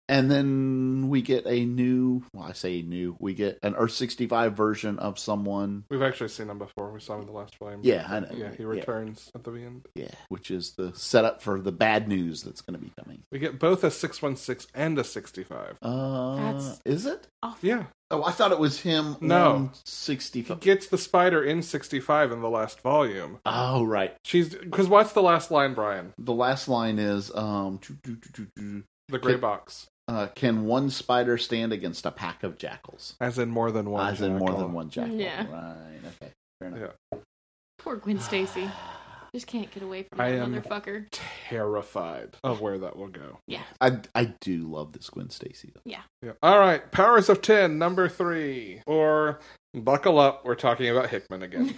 And then we get a new, well, I say new, we get an Earth 65 version of someone.
We've actually seen him before. We saw him in the last flame.
Yeah, I know.
Yeah, he returns at the end.
Yeah, which is the setup for the bad news that's going to be coming.
We get both a six one six and a sixty five.
Uh,
That's-
Is it?
Yeah.
Oh, I thought it was him
No.
on
He
65.
gets the spider in sixty five in the last volume.
Oh, right.
She's because what's the last line, Brian?
The last line is um, doo- doo- doo- doo- doo.
The gray
Can-
box,
uh, can one spider stand against a pack of jackals?
as in more than one.
As in more
jackal.
than one jackal.
Yeah.
Right. Okay. Fair enough.
Poor Gwen Stacy. Just can't get away from
I
that
am-
motherfucker.
Terrified of where that will go.
I, I do love this Gwen Stacy, though.
Yeah. All right, Powers of Ten, number three, or buckle up. We're talking about Hickman again.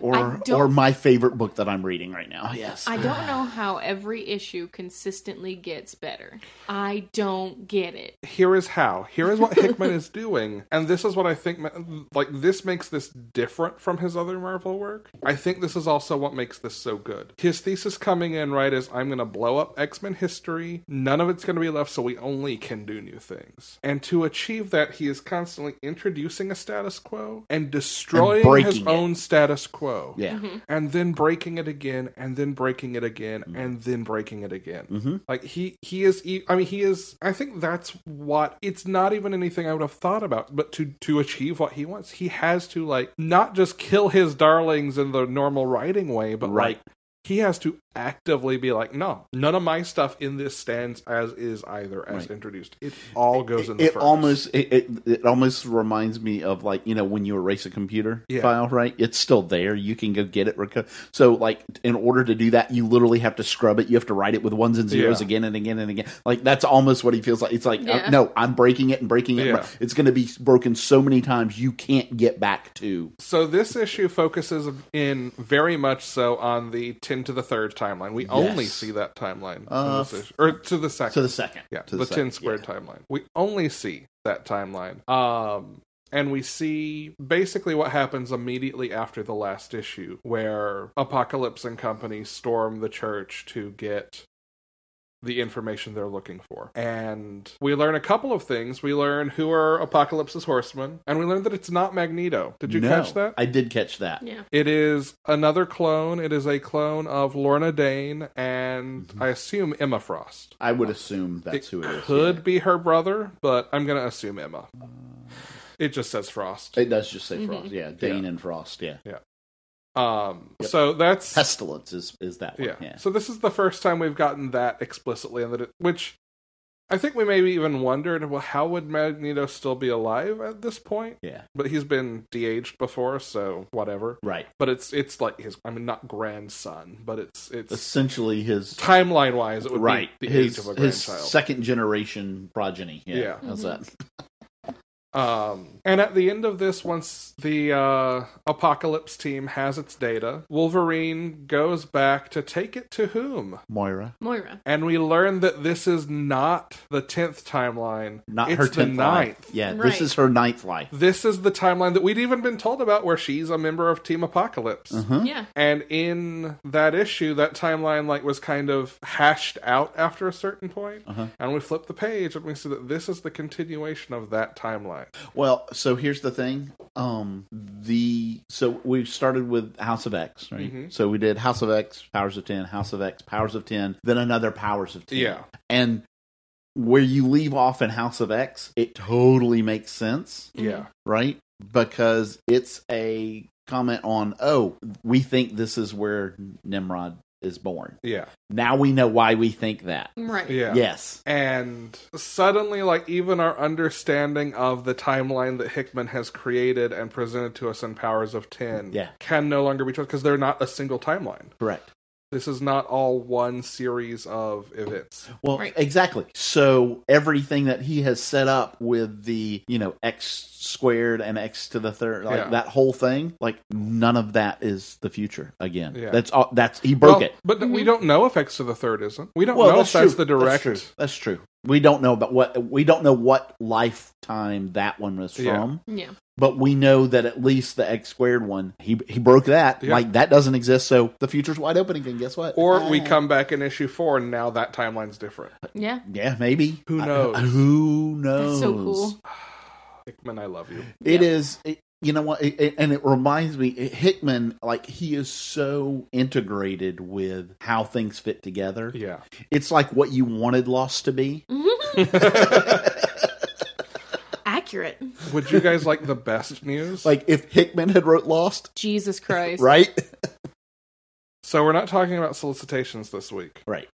or
don't-
or my favorite book that I'm reading right now. Yes.
I don't know how every issue consistently gets better. I don't get it.
here is how here is what hickman is doing and this is what i think ma- like this makes this different from his other marvel work i think this is also what makes this so good his thesis coming in right is i'm going to blow up x-men history none of it's going to be left so we only can do new things and to achieve that he is constantly introducing a status quo and destroying his
breaking it.
own status quo
Yeah.
Mm-hmm. and then breaking it again and then breaking it again
Mm-hmm.
and then breaking it again
Mhm.
like he he is e- i mean he is i think that's what it's not even anything i would have thought about but to to achieve what he wants he has to like not just kill his darlings in the normal writing way but
Right.
like he has to actively be like no none of my stuff in this stands as is either as
Right.
introduced it all goes in the
it
furnace.
almost it, it it almost reminds me of like you know when you erase a computer
Yeah.
file right it's still there you can go get it reco- so like in order to do that you literally have to scrub it you have to write it with ones and zeros
Yeah.
again and again and again like that's almost what he feels like it's like uh,
Yeah.
no i'm breaking it and breaking it and
Yeah.
bre- it's going to be broken so many times you can't get back to
So this issue focuses in very much so on the ten to the third timeline. We only see that timeline, in
Uh,
this issue. or to the second,
to the second
yeah,
to
the,
second,
ten squared
yeah.
timeline. We only see that timeline. Um, and we see basically what happens immediately after the last issue, where Apocalypse and company storm the church to get the information they're looking for. And we learn a couple of things. We learn who are Apocalypse's horsemen, and we learn that it's not Magneto. Did you
No,
catch that?
i did catch that
Yeah.
It is another clone. It is a clone of Lorna Dane and
Mm-hmm.
I assume Emma Frost.
i would assume that's who it is
Could be her brother, but I'm going to assume Emma. It just says Frost.
it does just say
Mhm.
frost yeah dane and frost yeah
Um,
Yep.
so that's
pestilence is is that one
yeah. So this is the first time we've gotten that explicitly, and that it, which I think we maybe even wondered, well, how would Magneto still be alive at this point?
yeah
But he's been de-aged before, so whatever.
right
But it's it's like his I mean not grandson, but it's it's
essentially his
timeline wise, it would
right
be the age
his,
of a
his
grandchild.
second generation progeny. Yeah,
Yeah.
how's
Mhm.
that?
um, and at the end of this, once the uh, apocalypse team has its data, Wolverine goes back to take it to whom?
Moira,
Moira.
And we learn that this is not the tenth timeline.
not
it's
her
the
tenth life.
ninth.
Yeah,
Right.
this is her ninth life.
This is the timeline that we'd even been told about, where she's a member of Team Apocalypse.
Uh-huh.
Yeah.
And in that issue, that timeline like was kind of hashed out after a certain point.
Uh-huh.
And we flip the page and we see that this is the continuation of that timeline.
Well, so here's the thing. Um, the so we started with House of X, right?
Mhm.
So we did House of X, Powers of Ten, House of X, Powers of Ten, then another Powers of Ten.
Yeah.
and where you leave off in House of X, it totally makes sense.
Yeah.
right? Because it's a comment on, oh, we think this is where Nimrod is born.
Yeah.
Now we know why we think that.
Mm-hmm. Right.
Yeah.
Yes.
And suddenly, like, even our understanding of the timeline that Hickman has created and presented to us in Powers of 10
Yeah.
can no longer be trusted because they're not a single timeline.
Correct.
This is not all one series of events.
Well,
Right.
exactly. So everything that he has set up with the, you know, x squared and x to the third, like
Yeah.
that whole thing, like none of that is the future again.
Yeah.
That's all. That's he broke
Well,
it.
But we
Mhm.
don't know if X to the third isn't. We don't
Well,
know
that's
if that's
true.
the direct.
That's true. That's true. We don't know about what we don't know what lifetime that one was from.
Yeah.
Yeah.
but we know that at least the x squared one he he broke that
Yeah.
like that doesn't exist so the future's wide open again guess what
Or we
Ah.
come back in issue four and now that timeline's different.
Yeah.
yeah maybe
Who
I-
knows?
who knows
That's so cool.
Hickman, I love you.
It
Yeah.
is. It, you know what? It, it- and it reminds me, it- Hickman, like he is so integrated with how things fit together.
Yeah.
It's like what you wanted Lost to be.
Accurate.
Would you guys like the best news?
Like if Hickman had wrote Lost,
Jesus Christ.
right?
so we're not talking about solicitations this week.
Right.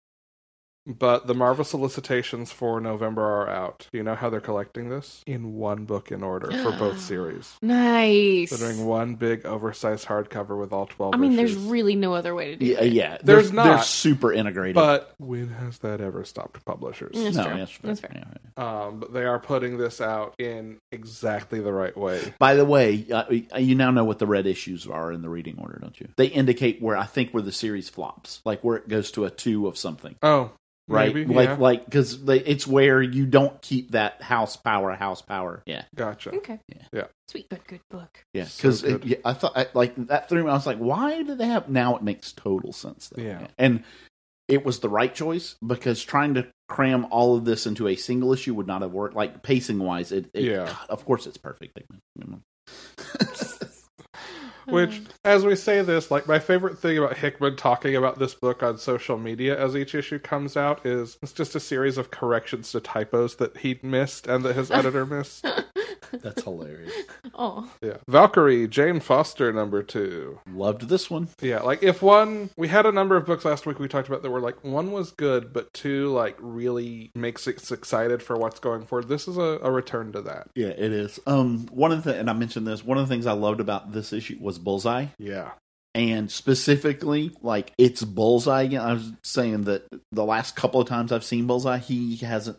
But the Marvel solicitations for November are out. Do you know how they're collecting this? In one book in order for both series.
Nice.
They're doing one big oversized hardcover with all 12
I mean, there's
issues.
really no other way to do
Yeah,
it.
yeah.
There's
they're,
not,
They're super integrated.
But when has that ever stopped publishers?
Mm. That's
no,
fair.
That's fair.
That's fair.
Yeah, right.
Um, but they are putting this out in exactly the right way.
By the way, uh, you now know what the red issues are in the reading order, don't you? They indicate where I think where the series flops, like where it goes to a two of something,
Oh,
right?
maybe,
like,
yeah.
like because it's where you don't keep that house power, house power. Yeah,
gotcha.
Okay.
Yeah.
Yeah.
Sweet, good, good book.
yeah.
So
Because
good.
yeah, I thought I, like that threw me. I was like, why do they have? Now it makes total sense. though.
Yeah.
and it was the right choice because trying to cram all of this into a single issue would not have worked. Like pacing wise, it, it
Yeah.
God, of course it's perfect.
Which, as we say this, like my favorite thing about Hickman talking about this book on social media as each issue comes out is it's just a series of corrections to typos that he missed and that his editor missed.
That's hilarious.
oh,
Yeah. Valkyrie, Jane Foster, number two.
Loved this one.
Yeah, like if one, we had a number of books last week we talked about that were like one was good, but two like really makes us excited for what's going forward. This is a, a return to that.
Yeah, it is. Um, one of the and I mentioned this. One of the things I loved about this issue was Bullseye,
Yeah.
and specifically, like it's Bullseye. Again, I was saying that the last couple of times I've seen Bullseye, he hasn't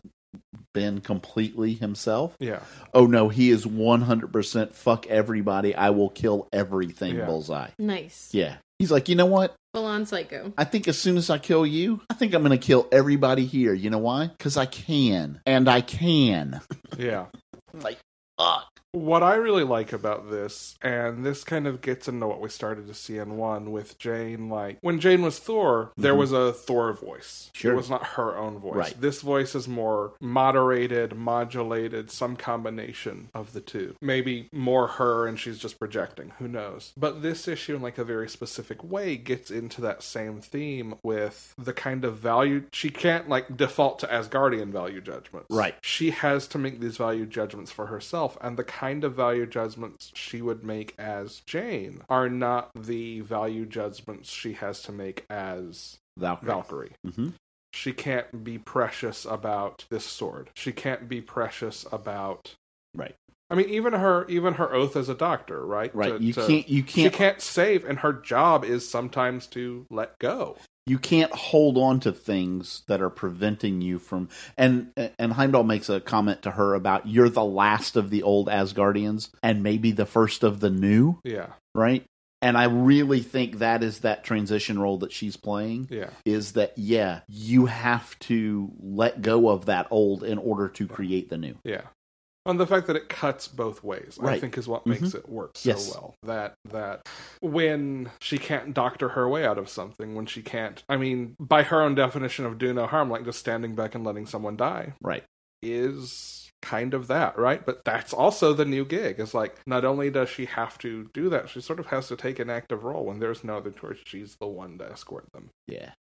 been completely himself.
Yeah.
Oh no, he is one hundred percent. Fuck everybody. I will kill everything.
Yeah.
Bullseye.
nice.
Yeah. He's like, you know what?
Full on psycho.
I think as soon as I kill you, I think I'm going to kill everybody here. You know why? Because I can, and I can.
Yeah.
like, fuck.
What I really like about this, and this kind of gets into what we started to see in one with Jane, like when Jane was Thor, there
Mhm.
was a Thor voice.
Sure.
It was not her own voice.
Right.
This voice is more moderated, modulated, some combination of the two. Maybe more her and she's just projecting. Who knows? But this issue, in like a very specific way, gets into that same theme with the kind of value she can't like default to Asgardian value judgments.
Right.
She has to make these value judgments for herself, and the kind of value judgments she would make as Jane are not the value judgments she has to make as
Valkyrie.
Valkyrie.
Mm-hmm.
She can't be precious about this sword. She can't be precious about
Right.
I mean, even her even her oath as a doctor, right?
Right.
To-
you
to-
can't. You
She
can't,
can't save, and her job is sometimes to let go.
You can't hold on to things that are preventing you from. And and Heimdall makes a comment to her about you're the last of the old Asgardians, and maybe the first of the new.
Yeah,
Right. And I really think that is that transition role that she's playing.
yeah,
is that yeah, you have to let go of that old in order to create the new.
yeah. And the fact that it cuts both ways, I
Right.
think, is what
Mhm.
makes it work so
Yes.
well. That that when she can't doctor her way out of something, when she can't, I mean, by her own definition of do no harm, like just standing back and letting someone die,
Right.
is kind of that, right? But that's also the new gig. It's like not only does she have to do that, she sort of has to take an active role when there's no other choice. She's the one to escort them.
Yeah.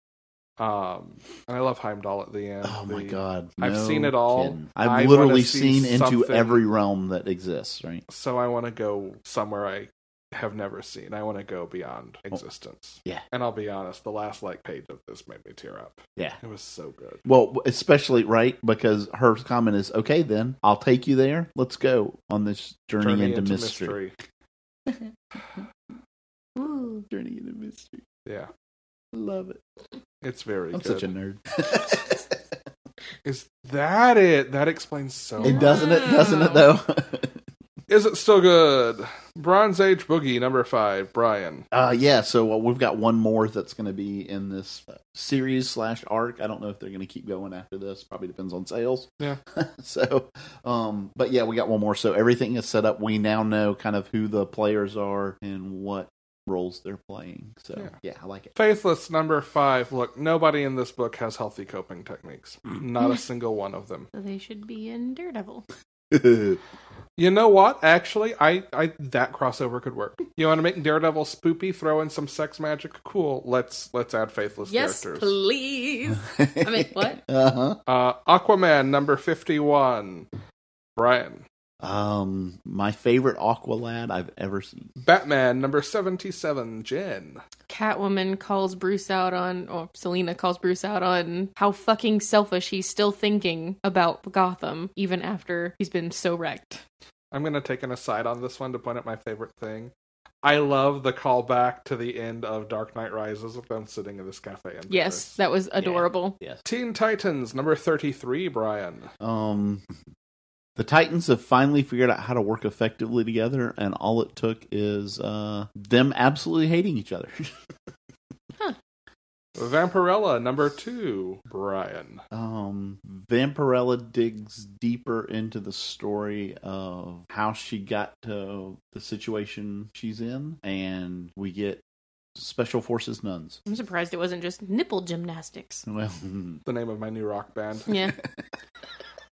Um, and I love Heimdall at the end.
Oh my
The-
god.
I've
no
seen it all.
kidding. I've
I
literally
wanna see
seen into
something-
every realm that exists, right?
So I want to go somewhere I have never seen. I want to go beyond existence.
Oh. yeah.
And I'll be honest, the last like page of this made me tear up.
Yeah.
It was so good.
Well, especially right because her comment is, "Okay, then I'll take you there. Let's go on this journey, into, mystery.
Ooh.
Journey into mystery.
Yeah.
Love it.
It's very
I'm
good.
such a nerd.
Is that it? That explains so
it
much.
doesn't it? Doesn't it though?
Is it still good? Bronze Age Boogie number five, Brian.
Uh, yeah, so uh, we've got one more that's going to be in this uh, series slash arc. I don't know if they're going to keep going after this. Probably depends on sales.
Yeah.
so, um, but yeah, we got one more. So everything is set up. We now know kind of who the players are and what roles they're playing. So yeah,
Yeah.
I like it.
Faithless number five. Look, nobody in this book has healthy coping techniques. Not a single one of them.
So they should be in Daredevil.
You know what? Actually, I, I that crossover could work. You want to make Daredevil spoopy? Throw in some sex magic. Cool. Let's let's add faithless
Yes,
characters.
please. I mean, what?
Uh huh.
Uh, Aquaman number fifty-one. Brian.
Um, my favorite Aqualad I've ever seen.
Batman number 77, Jen.
Catwoman calls Bruce out on, or Selena calls Bruce out on how fucking selfish he's still thinking about Gotham, even after he's been so wrecked.
I'm going to take an aside on this one to point out my favorite thing. I love the callback to the end of Dark Knight Rises of them sitting in this cafe. in
Yes,
Paris.
that was adorable.
Yes.
Teen Titans number 33, Brian.
Um, the Titans have finally figured out how to work effectively together, and all it took is uh, them absolutely hating each other.
Vampirella number 2, Brian.
um, Vampirella digs deeper into the story of how she got to the situation she's in, and we get special forces nuns.
I'm surprised it wasn't just nipple gymnastics.
Well,
The name of my new rock band.
Yeah.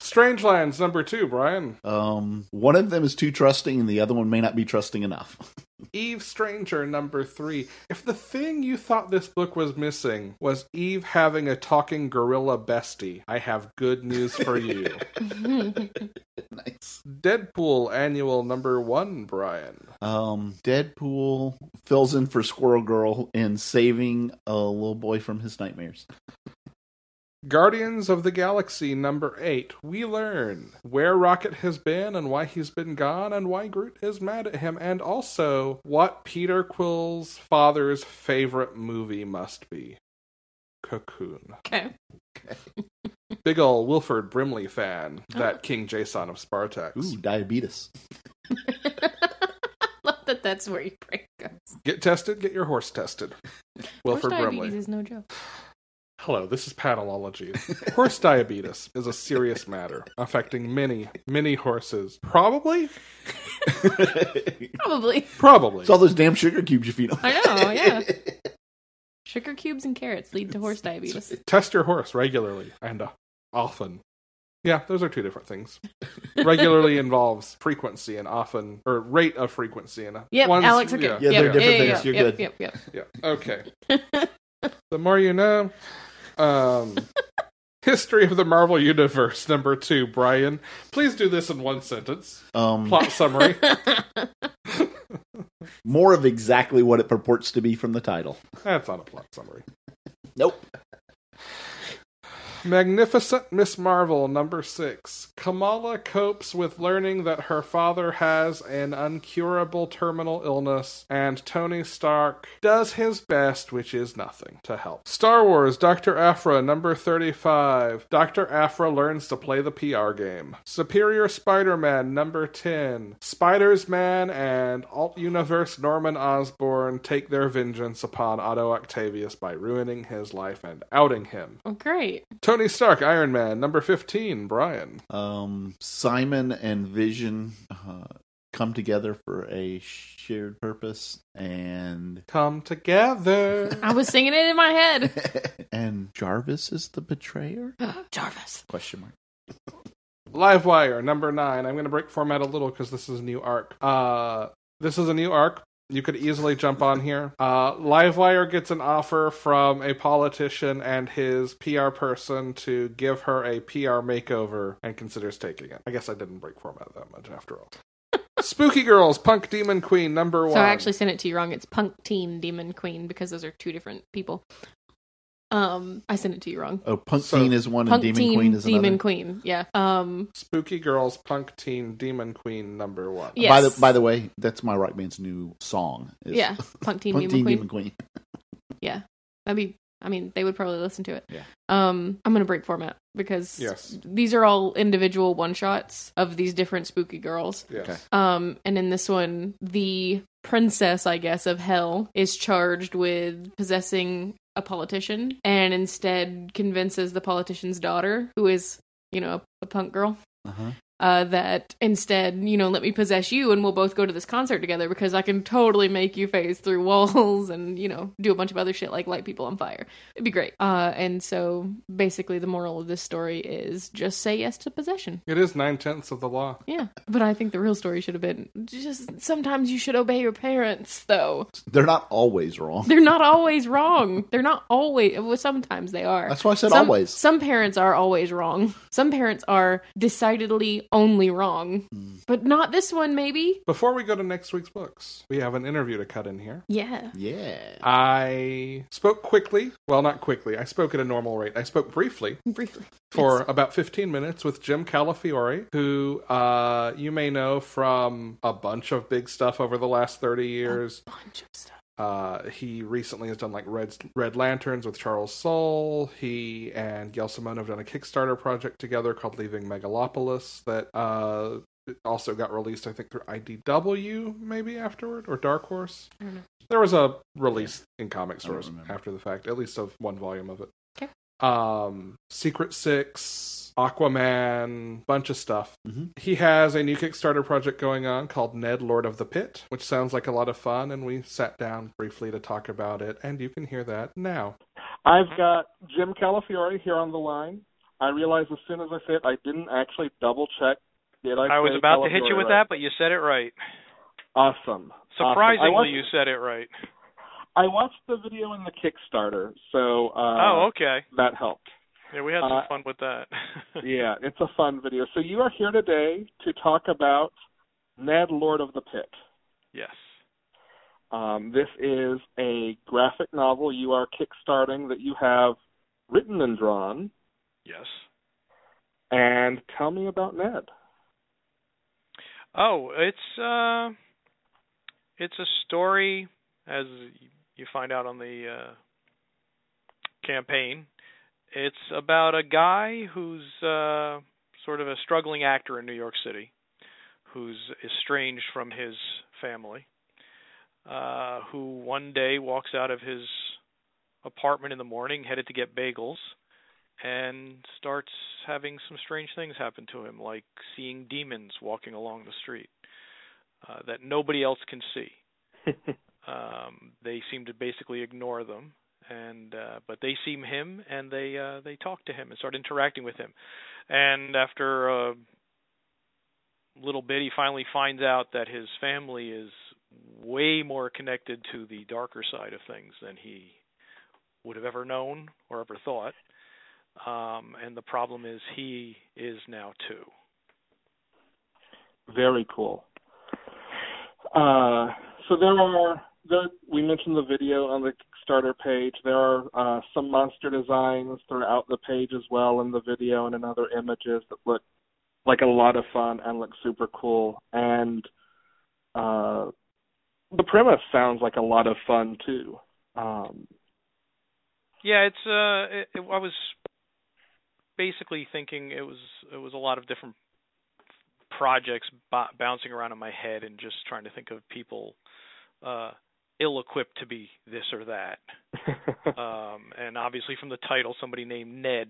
Strangelands number 2, Brian.
um, one of them is too trusting, and the other one may not be trusting enough.
Eve Stranger number 3. If the thing you thought this book was missing was Eve having a talking gorilla bestie, I have good news for you.
nice.
Deadpool annual number 1, Brian.
Um, Deadpool fills in for Squirrel Girl in saving a little boy from his nightmares.
Guardians of the Galaxy number 8. We learn where Rocket has been and why he's been gone and why Groot is mad at him and also what Peter Quill's father's favorite movie must be. Cocoon.
okay.
Big ol' Wilford Brimley fan,
Oh.
that King Jason of Spartax.
Ooh, diabetes.
Love that that's where your brain goes.
Get tested, get your horse tested. Wilford
Horse diabetes
Brimley.
is no joke.
Hello, this is panology. Horse diabetes is a serious matter affecting many, many horses. Probably?
it's
Probably.
Probably.
all those damn sugar cubes you feed them.
I know, yeah. Sugar cubes and carrots lead to horse diabetes.
test your horse regularly and uh, often. Yeah, those are two different things. regularly involves frequency and often, or rate of frequency and
Yep,
one's-
Alex, okay.
Yeah,
Yeah, they're different
yeah,
things. You're
yep,
good.
Yep, yep.
yeah. Okay. the more you know. Um, history of the Marvel Universe, number two, Brian. Please do this in one sentence.
Um,
Plot summary.
more of exactly what it purports to be from the title.
That's not a plot summary.
Nope.
Magnificent Miss Marvel, number six. Kamala copes with learning that her father has an uncurable terminal illness, and Tony Stark does his best, which is nothing, to help. Star Wars, Dr. Afra, number 35. Dr. Afra learns to play the PR game. Superior Spider Man, number 10. Spiders Man and Alt Universe Norman Osborn take their vengeance upon Otto Octavius by ruining his life and outing him.
Oh, great.
Tony Stark, Iron Man, number 15, Brian.
Um, Simon and Vision uh, come together for a shared purpose, and
Come together.
I was singing it in my head.
and Jarvis is the betrayer?
Jarvis.
Question mark.
Livewire, number 9. I'm going to break format a little because this is a new arc. Uh, this is a new arc. You could easily jump on here. Uh, Livewire gets an offer from a politician and his PR person to give her a PR makeover and considers taking it. I guess I didn't break format that much after all. Spooky Girls, Punk Demon Queen, number one.
So I actually sent it to you wrong. It's Punk Teen Demon Queen because those are two different people. Um, I sent it to you wrong.
Oh, Punk
So-
Teen is one,
Punk
and Demon
Teen
Queen is
Demon
another.
Queen. Yeah. Um,
Spooky Girls, Punk Teen Demon Queen, number one.
Yeah.
By
Yes.
the by the way, that's my rock band's new song. is
yeah. Punk Teen Demon
Punk Teen
Queen.
Demon Queen.
That'd be. I mean, they would probably listen to it.
Yeah.
Um, I'm gonna break format because
Yes.
these are all individual one shots of these different spooky girls.
Yes.
Okay.
Um, and in this one, the princess, I guess, of hell is charged with possessing a politician and instead convinces the politician's daughter, who is, you know, a, a punk girl,
Uh-huh.
uh, that instead, you know, let me possess you and we'll both go to this concert together because I can totally make you phase through walls and, you know, do a bunch of other shit like light people on fire. It'd be great. Uh, and so basically, the moral of this story is just say yes to possession.
It is nine tenths of the law.
Yeah, but I think the real story should have been just sometimes you should obey your parents, though.
They're not always wrong.
They're not always wrong. They're not always, well, sometimes they are.
That's why I said
some,
always.
Some parents are always wrong. Some parents are decidedly only wrong.
Mm.
But not this one, maybe?
Before we go to next week's books, we have an interview to cut in here.
Yeah.
Yeah.
I spoke quickly. Well, not quickly. I spoke at a normal rate. I spoke briefly
Briefly.
for about 15 minutes with Jim Calafiore, who uh, you may know from a bunch of big stuff over the last 30 years.
A bunch of stuff.
Uh, he recently has done like Red Red Lanterns with Charles Soule. He and Gail Simone have done a Kickstarter project together called Leaving Megalopolis that uh, also got released, I think, through IDW maybe afterward or Dark Horse.
I don't know.
There was a release in comic
I don't
stores
remember.
after the fact, at least of one volume of it.
Okay.
Um, Secret Six, Aquaman, bunch of stuff.
Mhm.
He has a new Kickstarter project going on called Ned Lord of the Pit, which sounds like a lot of fun, and we sat down briefly to talk about it, and you can hear that now. I've got Jim Calafiore here on the line. I realized as soon as I said I didn't actually double check. Did
I was about to hit you with that, but you said it right.
Awesome.
Surprisingly,
want-
you said it right.
I watched the video in the Kickstarter, so uh,
oh, okay.
that helped.
Yeah, we had some
uh,
fun with that.
Yeah, it's a fun video. So you are here today to talk about Ned Lord of the Pit.
yes.
Um, this is a graphic novel you are kickstarting that you have written and drawn.
Yes.
And tell me about Ned.
Oh, it's uh, it's a story as you find out on the uh, campaign. It's about a guy who's uh, sort of a struggling actor in New York City, who's estranged from his family, uh, who one day walks out of his apartment in the morning, headed to get bagels, and starts having some strange things happen to him, like seeing demons walking along the street uh, that nobody else can see. um, they seem to basically ignore them, and uh, but they see him and they uh, they talk to him and start interacting with him. And after a little bit, he finally finds out that his family is way more connected to the darker side of things than he would have ever known or ever thought um, and the problem is he is now too.
Very cool. Uh, so there are there we mentioned the video on the Kickstarter page. There are uh, some monster designs throughout the page as well in the video and in other images that look like a lot of fun and look super cool. And uh, the premise sounds like a lot of fun too. Um,
Yeah, it's uh, it, it, I was basically thinking it was it was a lot of different projects bo- bouncing around in my head and just trying to think of people uh, ill-equipped to be this or that. um, and obviously from the title, somebody named Ned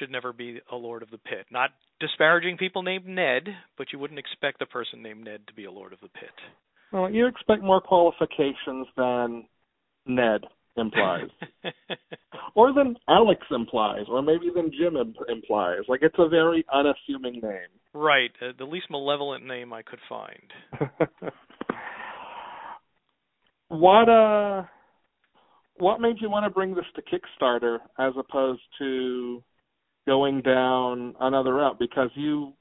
should never be a lord of the pit. Not disparaging people named Ned, but you wouldn't expect the person named Ned to be a lord of the pit.
well, you expect more qualifications than Ned implies. or than Alex implies, or maybe than Jim imp- implies. Like it's a very unassuming name.
right, uh, the least malevolent name I could find.
what uh, what made you want to bring this to Kickstarter as opposed to going down another route? Because you,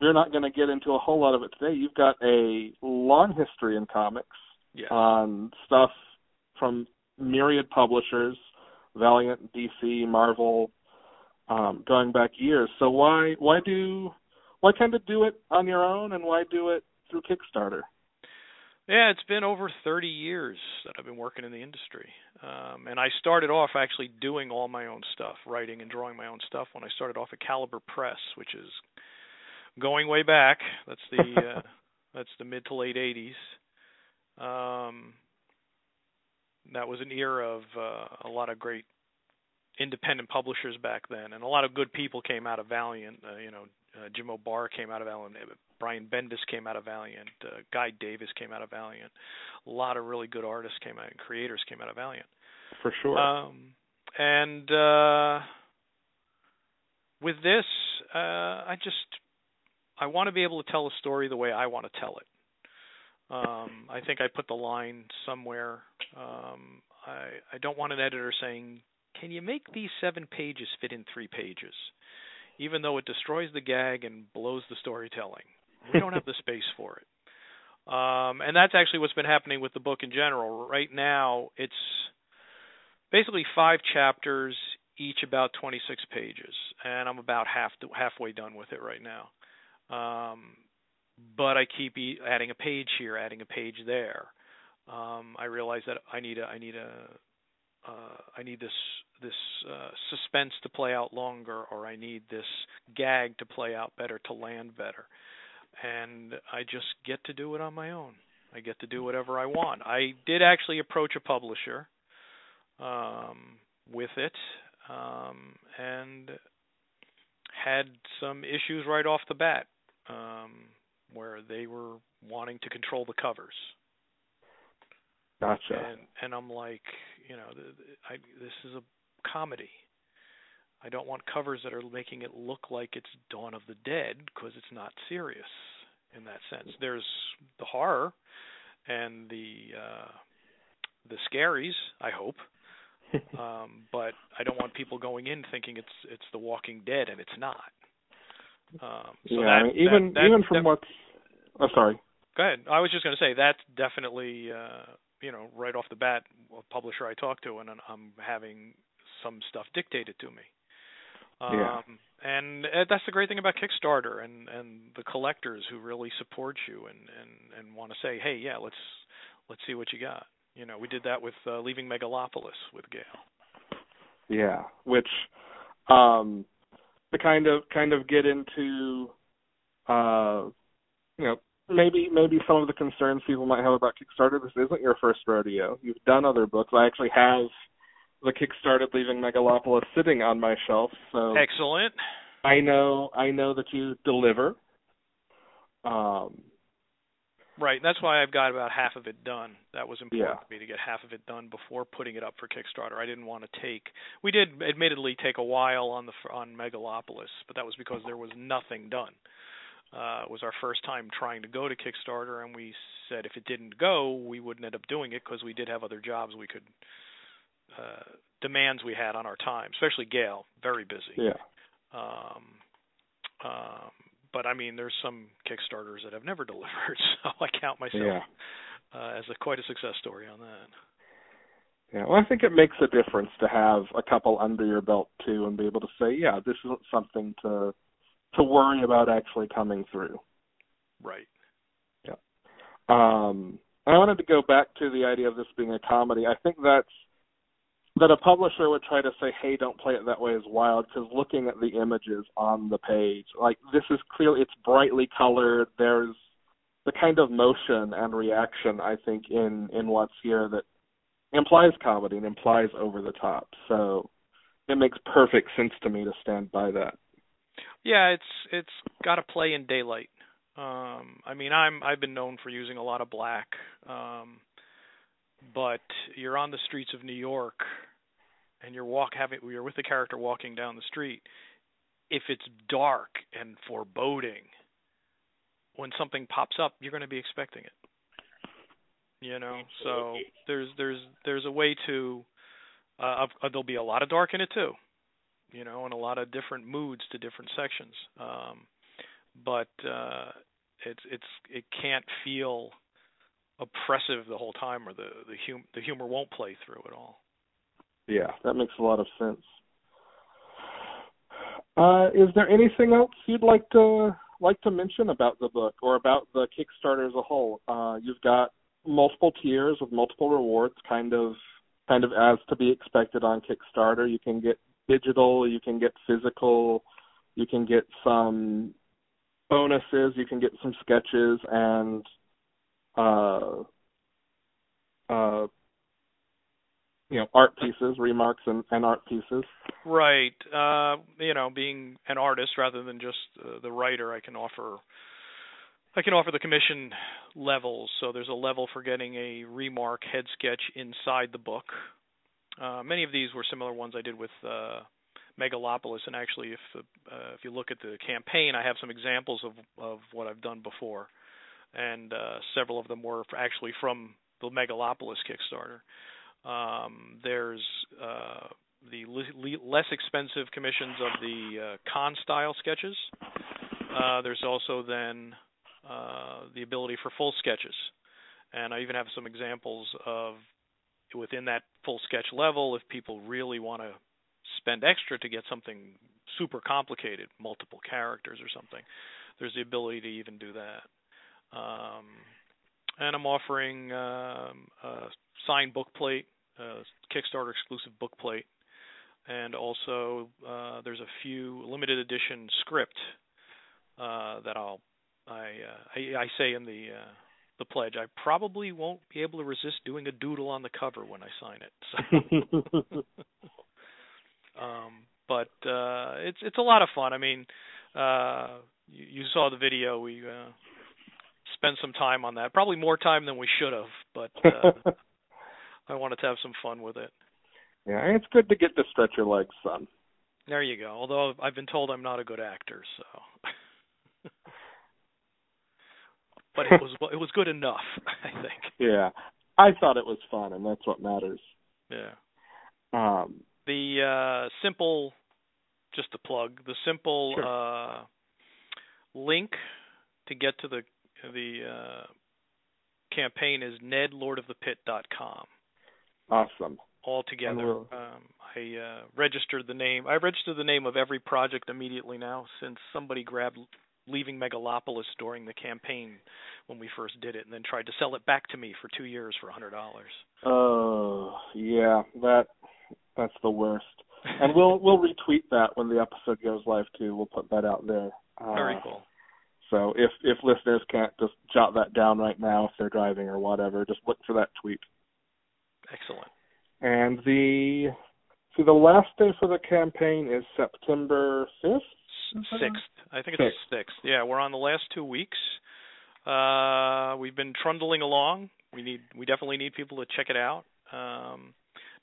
we're not going to get into a whole lot of it today. You've got a long history in comics.
Yeah.
Uh.
on Um, stuff from myriad publishers, Valiant, DC, Marvel, um, going back years. So why why do why kind of do it on your own and why do it through Kickstarter?
yeah, it's been over 30 years that I've been working in the industry. Um and I started off actually doing all my own stuff, writing and drawing my own stuff when I started off at Caliber Press, which is going way back. That's the uh that's the mid to late 80s. Um that was an era of uh, a lot of great independent publishers back then, and a lot of good people came out of Valiant. Uh, you know, uh, Jim O'Barr came out of Valiant, uh, Brian Bendis came out of Valiant, uh, Guy Davis came out of Valiant. A lot of really good artists came out and creators came out of Valiant.
For sure.
Um, and uh, with this, uh, I just I want to be able to tell a story the way I want to tell it. Um, I think I put the line somewhere. Um, I I don't want an editor saying, "Can you make these seven pages fit in three pages?" even though it destroys the gag and blows the storytelling. We don't have the space for it. Um, and that's actually what's been happening with the book in general. Right now, it's basically five chapters, each about 26 pages, and I'm about half halfway done with it right now. Um, but I keep e- adding a page here, adding a page there. Um, I realize that I need a, I need a, uh, I need this this uh, suspense to play out longer, or I need this gag to play out better, to land better. And I just get to do it on my own. I get to do whatever I want. I did actually approach a publisher um, with it, um, and had some issues right off the bat um, where they were wanting to control the covers.
Gotcha.
And and I'm like, you know, th- th- I this is a comedy. I don't want covers that are making it look like it's Dawn of the Dead because it's not serious in that sense. There's the horror and the uh the scaries, I hope. Um but I don't want people going in thinking it's it's The Walking Dead and it's not. Um so
yeah,
that,
even
that, that,
even
that-
from what's
oh,
I'm sorry.
Go ahead. I was just going to say that's definitely uh, you know right off the bat a publisher I talked to, and I'm having some stuff dictated to me. Um,
Yeah.
And uh, that's the great thing about Kickstarter and and the collectors who really support you and and and want to say, hey, yeah, let's let's see what you got. You know, we did that with uh, Leaving Megalopolis with Gail.
Yeah, which um to kind of kind of get into uh you know maybe maybe some of the concerns people might have about Kickstarter. This isn't your first rodeo. You've done other books. I actually have the Kickstarted Leaving Megalopolis sitting on my shelf, so
Excellent.
I know I know that you deliver. Um
Right, and that's why I've got about half of it done. That was important
Yeah.
to me to get half of it done before putting it up for Kickstarter. I didn't want to take. We did, admittedly, take a while on the f- on Megalopolis, but that was because there was nothing done. Uh, it was our first time trying to go to Kickstarter, and we said if it didn't go, we wouldn't end up doing it because we did have other jobs we could uh, demands we had on our time, especially Gail, very busy.
yeah.
Um, um, but I mean, there's some Kickstarters that have never delivered, so I count myself
Yeah.
uh, as a quite a success story on that.
Yeah, well, I think it makes a difference to have a couple under your belt too, and be able to say, yeah, this isn't something to to worry about actually coming through.
Right.
Um, I wanted to go back to the idea of this being a comedy. I think that's that a publisher would try to say, "Hey, don't play it that way," is wild because looking at the images on the page, like this is clearly it's brightly colored. There's the kind of motion and reaction I think in in what's here that implies comedy and implies over the top. So it makes perfect sense to me to stand by that.
Yeah, it's it's got to play in daylight. Um, I mean, I'm I've been known for using a lot of black, um, but you're on the streets of New York, and you're walk having you're with the character walking down the street. If it's dark and foreboding, when something pops up, you're going to be expecting it. You know, so there's there's there's a way to. Uh, of- uh, there'll be a lot of dark in it too you know, and a lot of different moods to different sections. Um, but uh, it's it's it can't feel oppressive the whole time, or the the, hum- the humor won't play through at all.
Yeah, that makes a lot of sense. Uh, is there anything else you'd like to like to mention about the book or about the Kickstarter as a whole? Uh, you've got multiple tiers with multiple rewards, kind of kind of as to be expected on Kickstarter. You can get digital, you can get physical, you can get some bonuses, you can get some sketches and uh, uh, you know art pieces, remarks and, and art pieces.
Right. Uh, you know, being an artist rather than just uh, the writer, I can offer I can offer the commission levels. So there's a level for getting a remark head sketch inside the book. Uh, many of these were similar ones I did with uh, Megalopolis, and actually, if the- uh, if you look at the campaign, I have some examples of of what I've done before, and uh, several of them were actually from the Megalopolis Kickstarter. Um, there's uh, the le- le- less expensive commissions of the uh, con style sketches. Uh, there's also then uh, the ability for full sketches, and I even have some examples of within that full sketch level if people really want to spend extra to get something super complicated, multiple characters or something. There's the ability to even do that. Um, and I'm offering um, a signed book plate uh, Kickstarter exclusive book plate, and also uh, there's a few limited edition script uh, that I'll I, uh, I I say in the uh, the pledge. I probably won't be able to resist doing a doodle on the cover when I sign it. So, um, but uh, it's it's a lot of fun. I mean, uh, you, you saw the video. We uh, spent some time on that, probably more time than we should have, but. Uh, I wanted to have some fun with it.
yeah, and it's good to get to stretch your legs, son.
There you go. Although I've been told I'm not a good actor, so. but it was it was good enough, I think.
Yeah, I thought it was fun, and that's what matters.
Yeah.
Um,
The uh, simple, just to plug the simple uh, link to get to the the uh, campaign is nedlordofthepit.com.
awesome.
all together.
will-
Um, I uh, registered the name. I registered the name of every project immediately now, since somebody grabbed leaving Megalopolis during the campaign when we first did it, and then tried to sell it back to me for two years for a hundred dollars.
Oh, yeah, that that's the worst. And we'll we'll retweet that when the episode goes live too. We'll put that out there. Uh,
very cool.
So if if listeners can't just jot that down right now if they're driving or whatever, just look for that tweet.
Excellent.
And the see the last day for the campaign is September fifth. Mhm.
Sixth. I think it's the sixth. Yeah, we're on the last two weeks. Uh, we've been trundling along. We need. We definitely need people to check it out. Um,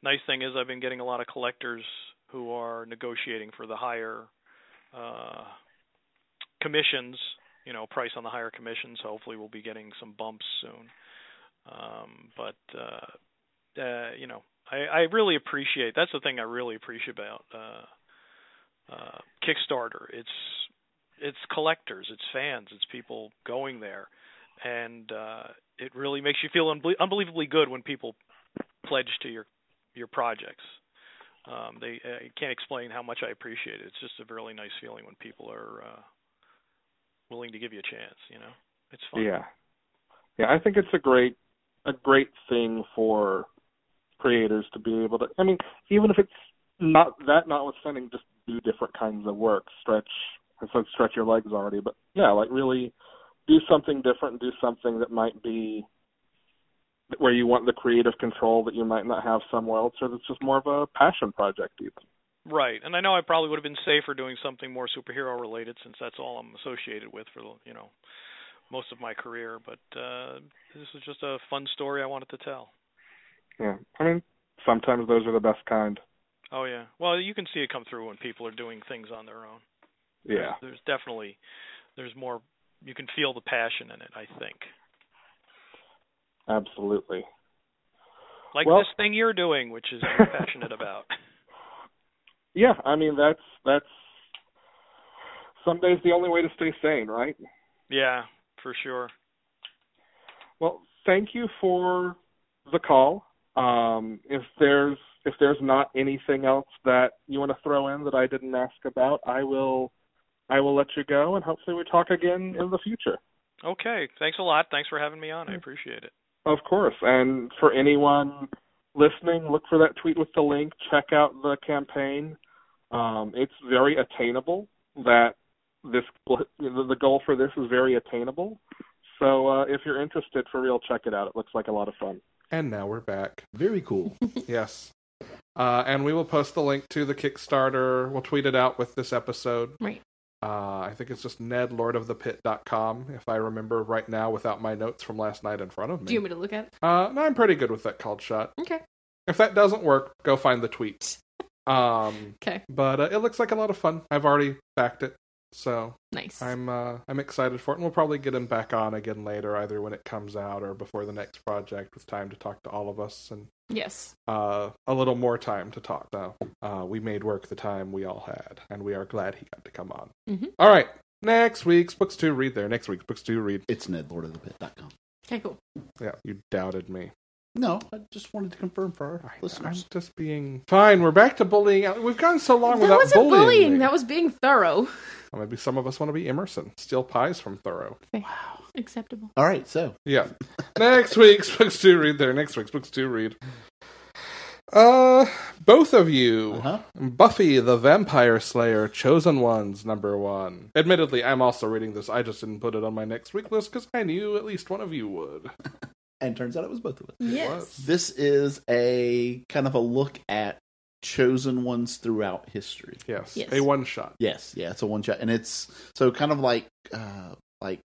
nice thing is I've been getting a lot of collectors who are negotiating for the higher uh, commissions. You know, price on the higher commissions. Hopefully, we'll be getting some bumps soon. Um, but uh, uh, you know, I, I really appreciate. That's the thing I really appreciate about. Uh, uh, Kickstarter. It's it's collectors, it's fans, it's people going there, and uh, it really makes you feel unbe- unbelievably good when people pledge to your your projects. Um, they I can't explain how much I appreciate it. It's just a really nice feeling when people are uh, willing to give you a chance. You know, it's fun.
Yeah. Yeah, I think it's a great a great thing for creators to be able to I mean, even if it's not that notwithstanding, just do different kinds of work. Stretch I said stretch your legs already, but yeah, like really do something different, do something that might be where you want the creative control that you might not have somewhere else, or that's just more of a passion project even.
Right, and I know I probably would have been safer doing something more superhero related, since that's all I'm associated with for the you know most of my career. But uh, this was just a fun story I wanted to tell.
Yeah. I mean, sometimes those are the best kind.
Oh yeah, well you can see it come through when people are doing things on their own.
Yeah.
There's definitely there's more. You can feel the passion in it. I think,
Absolutely.
like
Well-
this thing you're doing, which is you're passionate about.
Yeah, I mean that's that's some days the only way to stay sane, right?
Yeah, for sure.
Well, thank you for the call. Um, if there's if there's not anything else that you want to throw in that I didn't ask about, I will I will let you go, and hopefully we talk again in the future.
Okay, thanks a lot. Thanks for having me on. I appreciate it.
Of course. And for anyone listening, look for that tweet with the link. Check out the campaign. Um, it's very attainable. That this the goal for this is very attainable. So uh, if you're interested for real, check it out. It looks like a lot of fun.
And now we're back.
Very cool.
Yes. Uh, and we will post the link to the Kickstarter. We'll tweet it out with this episode.
Right.
Uh, I think it's just nedlordofthepit.com, if I remember right now without my notes from last night in front of me.
Do you want me to look at it?
Uh, no, I'm pretty good with that cold shot.
Okay.
If that doesn't work, go find the tweet. Um,
Okay.
but uh, it looks like a lot of fun. I've already backed it, so
Nice.
I'm uh, I'm excited for it, and we'll probably get him back on again later, either when it comes out or before the next project, with time to talk to all of us and
Yes.
uh, a little more time to talk. So uh, we made work the time we all had, and we are glad he got to come on.
Mhm.
All right, next week's books to read. There, next week's books to read.
It's nedlordofthepit.com.
Okay, cool.
Yeah, you doubted me.
No, I just wanted to confirm for
I,
our
am
listeners.
just being fine. We're back to bullying. We've gone so long
that
without
wasn't bullying.
bullying.
That was being thorough.
Or Maybe some of us want to be Emerson, steal pies from Thoreau.
Acceptable.
All right, so
Yeah. Next week's books to read. There, next week's books to read. Uh, both of you.
uh-huh.
Buffy the Vampire Slayer Chosen Ones, number one. Admittedly, I'm also reading this. I just didn't put it on my next week list because I knew at least one of you would.
and turns out it was both of us.
Yes.
This is a kind of a look at chosen ones throughout history.
Yes.
Yes.
A one shot.
Yes, yeah, it's a one shot, and it's so kind of like uh like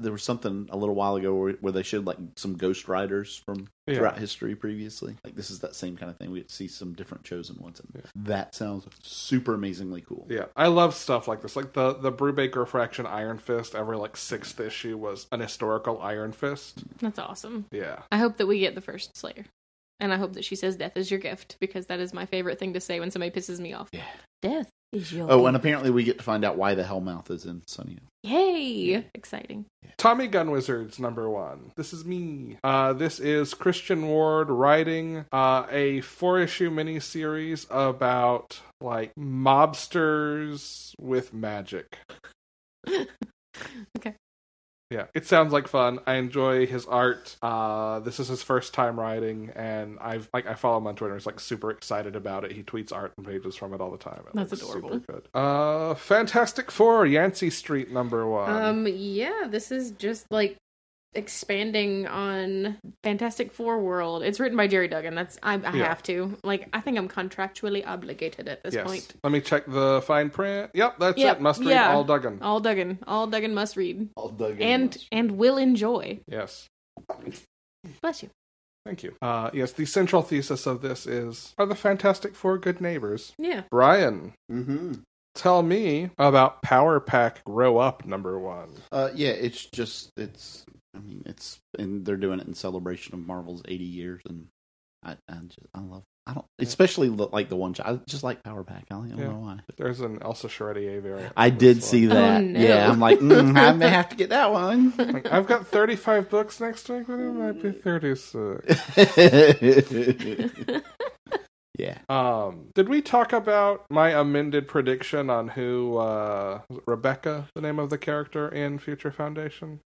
there was something a little while ago where, where they showed like some ghost riders from throughout history previously. Like this is that same kind of thing. We get to see some different chosen ones, and
Yeah.
that sounds super amazingly cool.
Yeah. I love stuff like this. Like the, the Brubaker Fraction Iron Fist, every like sixth issue was an historical Iron Fist.
That's awesome.
Yeah.
I hope that we get the first Slayer. And I hope that she says death is your gift because that is my favorite thing to say when somebody pisses me off.
Yeah.
Death is your
Oh, and apparently we get to find out why the Hellmouth is in Sunny.
Yay! Exciting.
Tommy Gun Wizards number one. This is me. Uh, this is Christian Ward writing uh, a four issue miniseries about like mobsters with magic. Um,
Okay.
Yeah, it sounds like fun. I enjoy his art. Uh, this is his first time writing, and I've like I follow him on Twitter. He's like super excited about it. He tweets art and pages from it all the time. It
That's
looks super
adorable.
good. Uh, Fantastic Four, Yancey Street number one.
Um, yeah, this is just like expanding on Fantastic Four world. It's written by Jerry Duggan. That's I, I
Yeah.
have to. Like I think I'm contractually obligated at this point.
Let me check the fine print. Yep, that's
Yep,
it. Must read
yeah.
all Duggan.
All Duggan. All Duggan must read.
All dug
And and will enjoy.
Yes.
Bless you.
Thank you. Uh, yes, the central thesis of this is Are the Fantastic Four good neighbors?
Yeah.
Brian, Mm-hmm.
hmm
tell me about Power Pack Grow Up number one.
Uh, yeah, it's just it's. I mean, it's and they're doing it in celebration of Marvel's 80 years, and I, I just I love. I don't especially lo- like the one shot. I just like Power Pack. I don't
Yeah.
know why.
There's an Elsa Charretier variant.
I
of
did
this
see
one.
that.
Oh, no.
Yeah, I'm like mm, I may have to get that one.
Like, I've got 35 books next week, but it might be 36.
yeah,
Um, did we talk about my amended prediction on who uh, was it Rebecca, the name of the character in Future Foundation?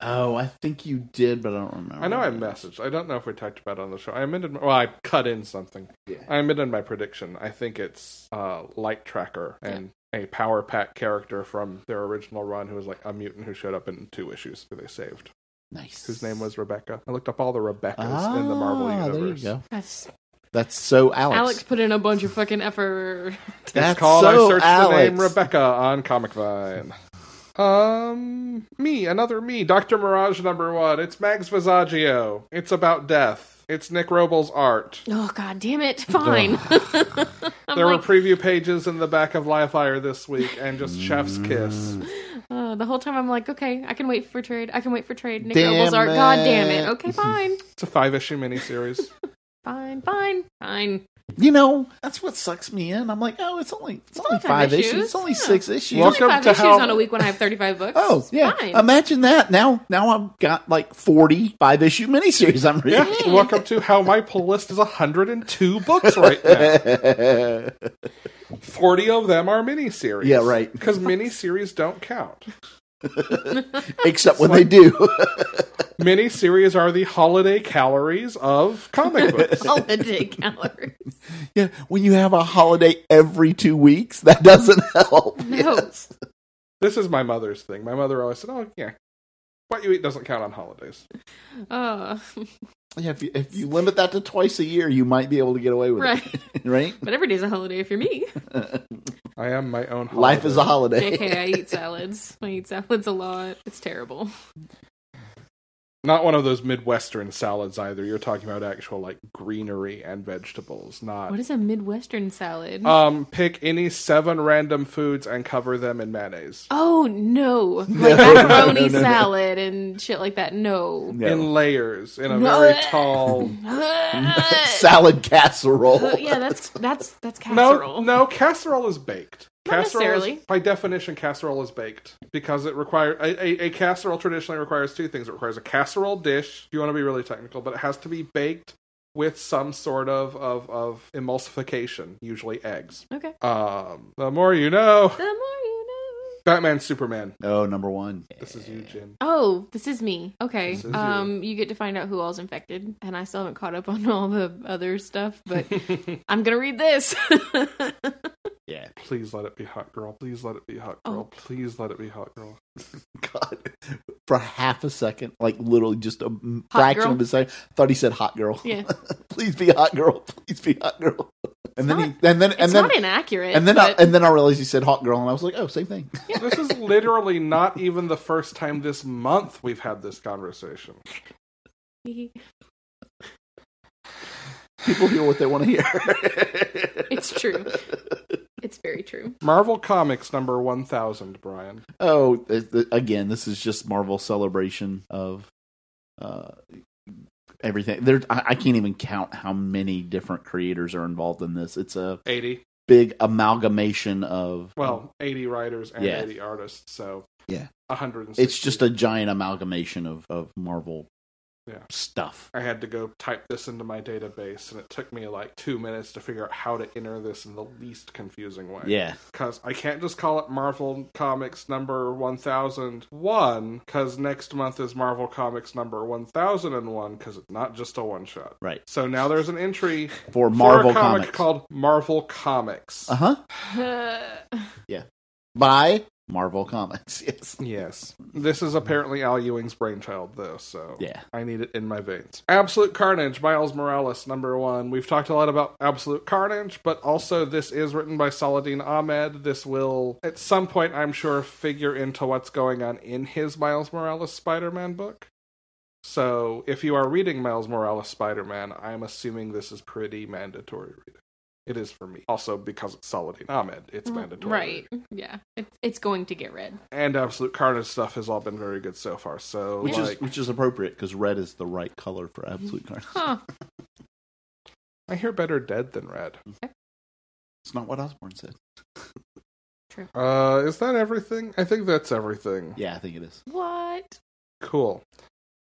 Oh, I think you did, but I don't remember.
I know I messaged. I don't know if we talked about it on the show. I amended. My, well, I cut in something.
Yeah.
I amended my prediction. I think it's uh, Light Tracker and a Power Pack character from their original run who was like a mutant who showed up in two issues who they saved.
Nice.
Whose name was Rebecca. I looked up all the Rebeccas in the Marvel
Ah,
universe.
There you go.
That's,
That's so Alex.
Alex put in a bunch of fucking effort.
It's
That's
called
so
I searched
Alex.
the name Rebecca on Comic Vine. Um, me, another me, Doctor Mirage number one. It's Max Visaggio. It's about death. It's Nick Robles' art.
Oh god damn it. Fine. I'm
there
like,
were preview pages in the back of Livefire this week, and just
Mm.
Chef's Kiss.
uh, the whole time I'm like, okay, I can wait for trade. I can wait for trade. Nick
Damn
Robles art.
it.
God damn it. Okay, fine.
It's a five issue miniseries.
Fine, fine, fine.
You know, that's what sucks me in. I'm like, oh, it's only it's, only
five
five issues.
issues,
It's only
yeah.
six issues.
It's
Welcome
only five
to
issues
how-
on a week when I have 35 books.
Oh
It's
yeah!
fine.
Imagine that. Now, now I've got like forty five issue miniseries. I'm
yeah,
reading.
welcome to how my pull list is 102 books right now. 40 of them are miniseries.
Yeah, right.
Because miniseries don't count.
Except when they do.
Miniseries are the holiday calories of comic books.
holiday calories.
yeah, when you have a holiday every two weeks, that doesn't help.
No.
Yes.
This is my mother's thing. My mother always said, oh, yeah. What you eat doesn't count on holidays.
Oh,
Yeah, if you, if you limit that to twice a year, you might be able to get away with
right.
it, right?
But every day's a holiday if you're me.
I am my own holiday.
Life is a holiday.
JK, I eat salads. I eat salads a lot. It's terrible.
Not one of those Midwestern salads either. You're talking about actual like greenery and vegetables, not
What is a Midwestern salad?
Uh,
um pick any seven random foods and cover them in mayonnaise.
oh no, like macaroni salad and shit like that. No.
In layers, in a
No.
very tall
Salad casserole.
Uh, yeah, that's that's that's
No,
casserole.
no, Oh, casserole is baked.
Not
casserole
necessarily.
Is, by definition, casserole is baked because it requires a, a, a casserole traditionally requires two things. It requires a casserole dish, if you want to be really technical, but it has to be baked with some sort of of, of emulsification, usually eggs.
Okay.
Um, the more you know,
The more you know.
Batman, Superman.
Oh, number one.
This is you, Jin.
Oh, this is me. Okay.
This is you.
um, you. get to find out who all's infected, and I still haven't caught up on all the other stuff, but I'm gonna read this.
Yeah.
Please let it be hot, girl. Please let it be hot,
Oh.
girl. Please let it be hot, girl.
God. For half a second, like literally just a m-
Hot
fraction
girl?
of a second, thought he said hot girl.
yeah,
please be hot girl. Please be hot girl. And then he, and then
it's
and then
not inaccurate.
and then
but
I, and then I realized he said hot girl, and I was like, oh, same thing.
This is literally not even the first time this month we've had this conversation.
People hear what they want to hear.
it's true. It's very true.
Marvel Comics number 1000, Brian.
Oh, th- th- again, this is just Marvel celebration of uh, everything. There, I, I can't even count how many different creators are involved in this. It's a
80.
big amalgamation of.
Well, 80 writers and
Um, Yeah.
80 artists, so
Yeah.
160.
it's just a giant amalgamation of of Marvel
Yeah.
stuff.
I had to go type this into my database, and it took me like two minutes to figure out how to enter this in the least confusing way.
Yeah,
Because I can't just call it Marvel Comics number 1001, because next month is Marvel Comics number 1001, because it's not just a one shot.
right.
So now there's an entry
For
for
Marvel
a comic
comics,
called Marvel Comics.
uh huh.
Uh,
By Marvel Comics. Yes.
Yes. This is apparently Al Ewing's brainchild, though, so
Yeah.
I need it in my veins. Absolute Carnage, Miles Morales, number one. We've talked a lot about Absolute Carnage, but also this is written by Saladin Ahmed. This will, at some point, I'm sure, figure into what's going on in his Miles Morales Spider Man book. So if you are reading Miles Morales Spider Man, I'm assuming this is pretty mandatory reading. It is for me. Also, because it's Saladin Ahmed, it's mandatory. reading
right? Yeah, it's it's going to get read.
and Absolute Carnage stuff has all been very good so far. So,
Which
like,
is which is appropriate because red is the right color for Absolute Carnage.
Huh?
I hear better dead than red.
It's not what Osborne said.
Uh, is that everything? I think that's everything.
Yeah, I think it is.
What?
Cool.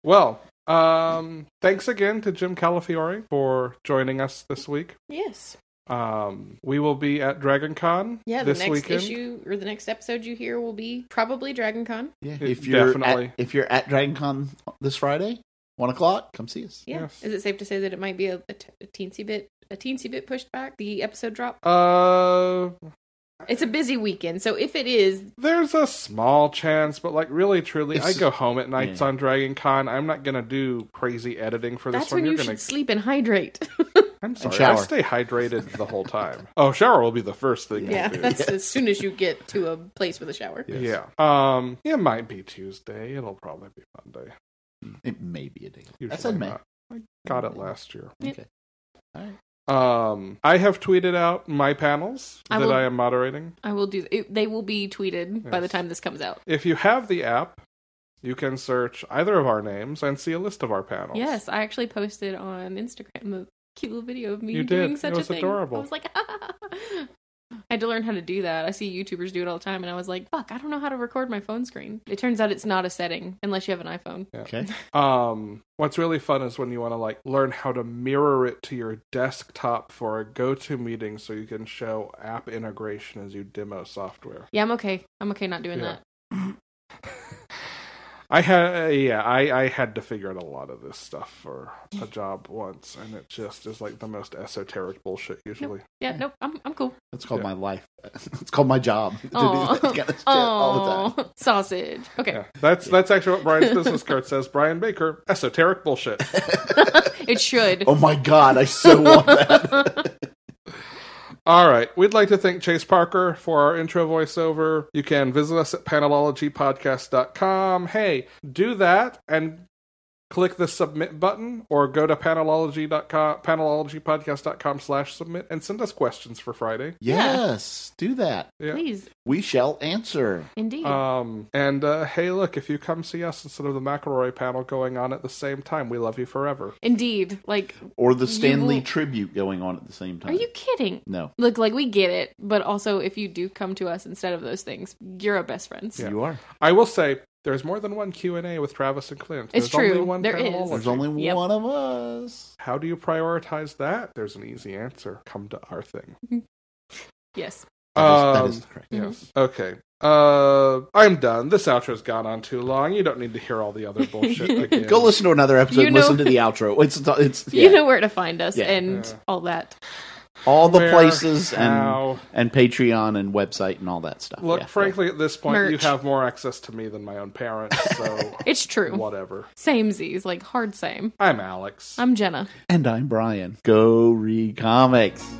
Well, um, thanks again to Jim Calafiore for joining us this week.
Yes.
Um, we will be at Dragon Con
Yeah, the
this
next
weekend.
issue or the next episode you hear will be probably Dragon Con.
Yeah,
It-
if you're
definitely.
At, if you're at Dragon Con this Friday, one o'clock, come see us.
Yeah.
Yes.
Is it safe to say that it might be a, a, t- a teensy bit a teensy bit pushed back the episode drop?
Uh,
It's a busy weekend, so if it is,
there's a small chance, but like really, truly, I
It's-
go home at nights
yeah.
on Dragon Con. I'm not gonna do crazy editing for this
that's
one.
when you
You're
should
gonna
sleep and hydrate.
I'm sorry. I
shower.
stay hydrated the whole time. Oh, shower will be the first thing.
yeah,
you do.
that's as soon as you get to a place with a shower.
Yeah. Um. It might be Tuesday. It'll probably be Monday.
It may be a day.
Usually
That's in May.
not. I got it
Mm-hmm.
last year.
Yep.
Okay. All right.
Um. I have tweeted out my panels
I
that
will-
I am moderating.
I will do. It, they will be tweeted by the
Yes.
time this comes out.
If you have the app, you can search either of our names and see a list of our panels.
Yes, I actually posted on Instagram a cute little video of me
You
doing
did.
such
It was
a thing.
adorable.
I was like, I had to learn how to do that. I see YouTubers do it all the time, and I was like, fuck, I don't know how to record my phone screen. It turns out it's not a setting unless you have an iPhone.
Okay.
Um. What's really fun is when you want to like learn how to mirror it to your desktop for a go-to meeting, so you can show app integration as you demo software.
Yeah, I'm okay. I'm okay not doing
Yeah.
that.
I had uh, yeah, I I had to figure out a lot of this stuff for a job once, and it just is like the most esoteric bullshit usually.
Yeah, nope. I'm I'm cool.
That's called
Yeah.
my life. It's called my job. to do
Oh,
that kind of shit all the time.
sausage. Okay,
Yeah, that's that's actually what Brian's business card says. Brian Baker, esoteric bullshit.
it should.
Oh my god, I so want that.
All right. We'd like to thank Chase Parker for our intro voiceover. You can visit us at panelologypodcast.com. Hey, do that and click the submit button or go to panelology.com panelologypodcast.com slash submit and send us questions for friday
Yes, do that.
yeah
Please,
We shall answer.
indeed.
um and uh hey look if you come see us instead of the mcelroy panel going on at the same time we love you forever
indeed. Like,
Or the Stanley
will-
tribute going on at the same time.
are you kidding?
No,
Look, like we get it, but also if you do come to us instead of those things, you're our best friends.
Yeah.
you are.
i will say there's more than one q&a with travis and clint
It's
there's only
true.
one
There is.
Panelology.
There's only
Yep.
one of us.
how do you prioritize that there's an easy answer come to our thing
Yes.
That is- that is
Um,
the correct.
Mhm.
Yes. Okay. Uh, I'm done. This outro's gone on too long. You don't need to hear all the other bullshit again.
Go listen to another episode.
You know-
listen to the outro. It's it's
You
yeah.
know where to find us
Yeah.
and
Yeah.
all that.
all the
Where,
places and
how.
and Patreon and website and all that stuff.
Look,
Yeah.
frankly, at this point, you
Merch.
have more access to me than my own parents, so
It's true.
whatever.
Same Z's, like hard same.
I'm Alex.
I'm Jenna.
And I'm Brian. Go read comics.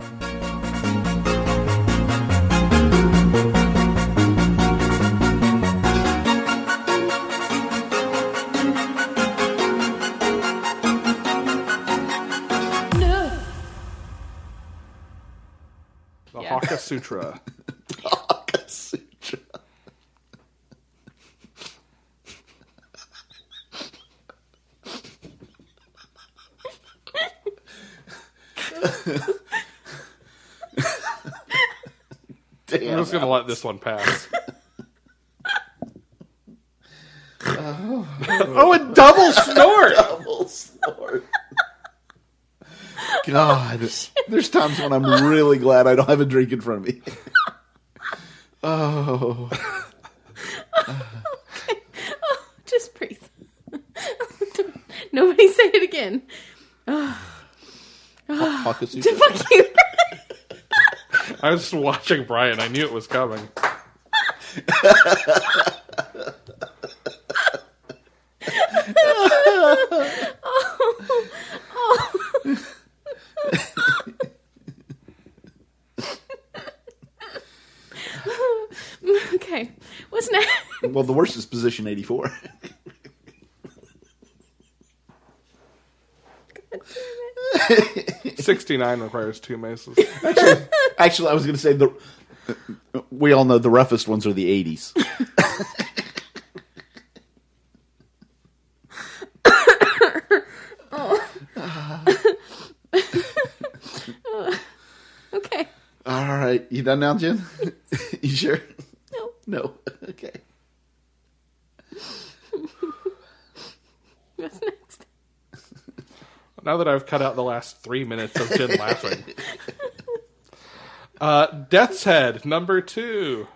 the
Yeah.
Haka Sutra. I'm
Damn.
just going to let this one pass. oh, a double snort!
Double snort. God, there's times when I'm really glad I don't have a drink in front of me. Oh,
Just breathe. Nobody say it again.
Hawk is-
Fuck you.
I was watching Brian. I knew it was coming.
okay. What's next?
well, the worst is position 84.
Sixty-nine requires two maces.
Actually, I was going to say the. We all know the roughest ones are the 80s.
Okay.
All right, you done now, Jim? you sure?
No.
No. Okay.
What's next?
Now that I've cut out the last three minutes of Jin laughing. Uh, Death's Head, number two.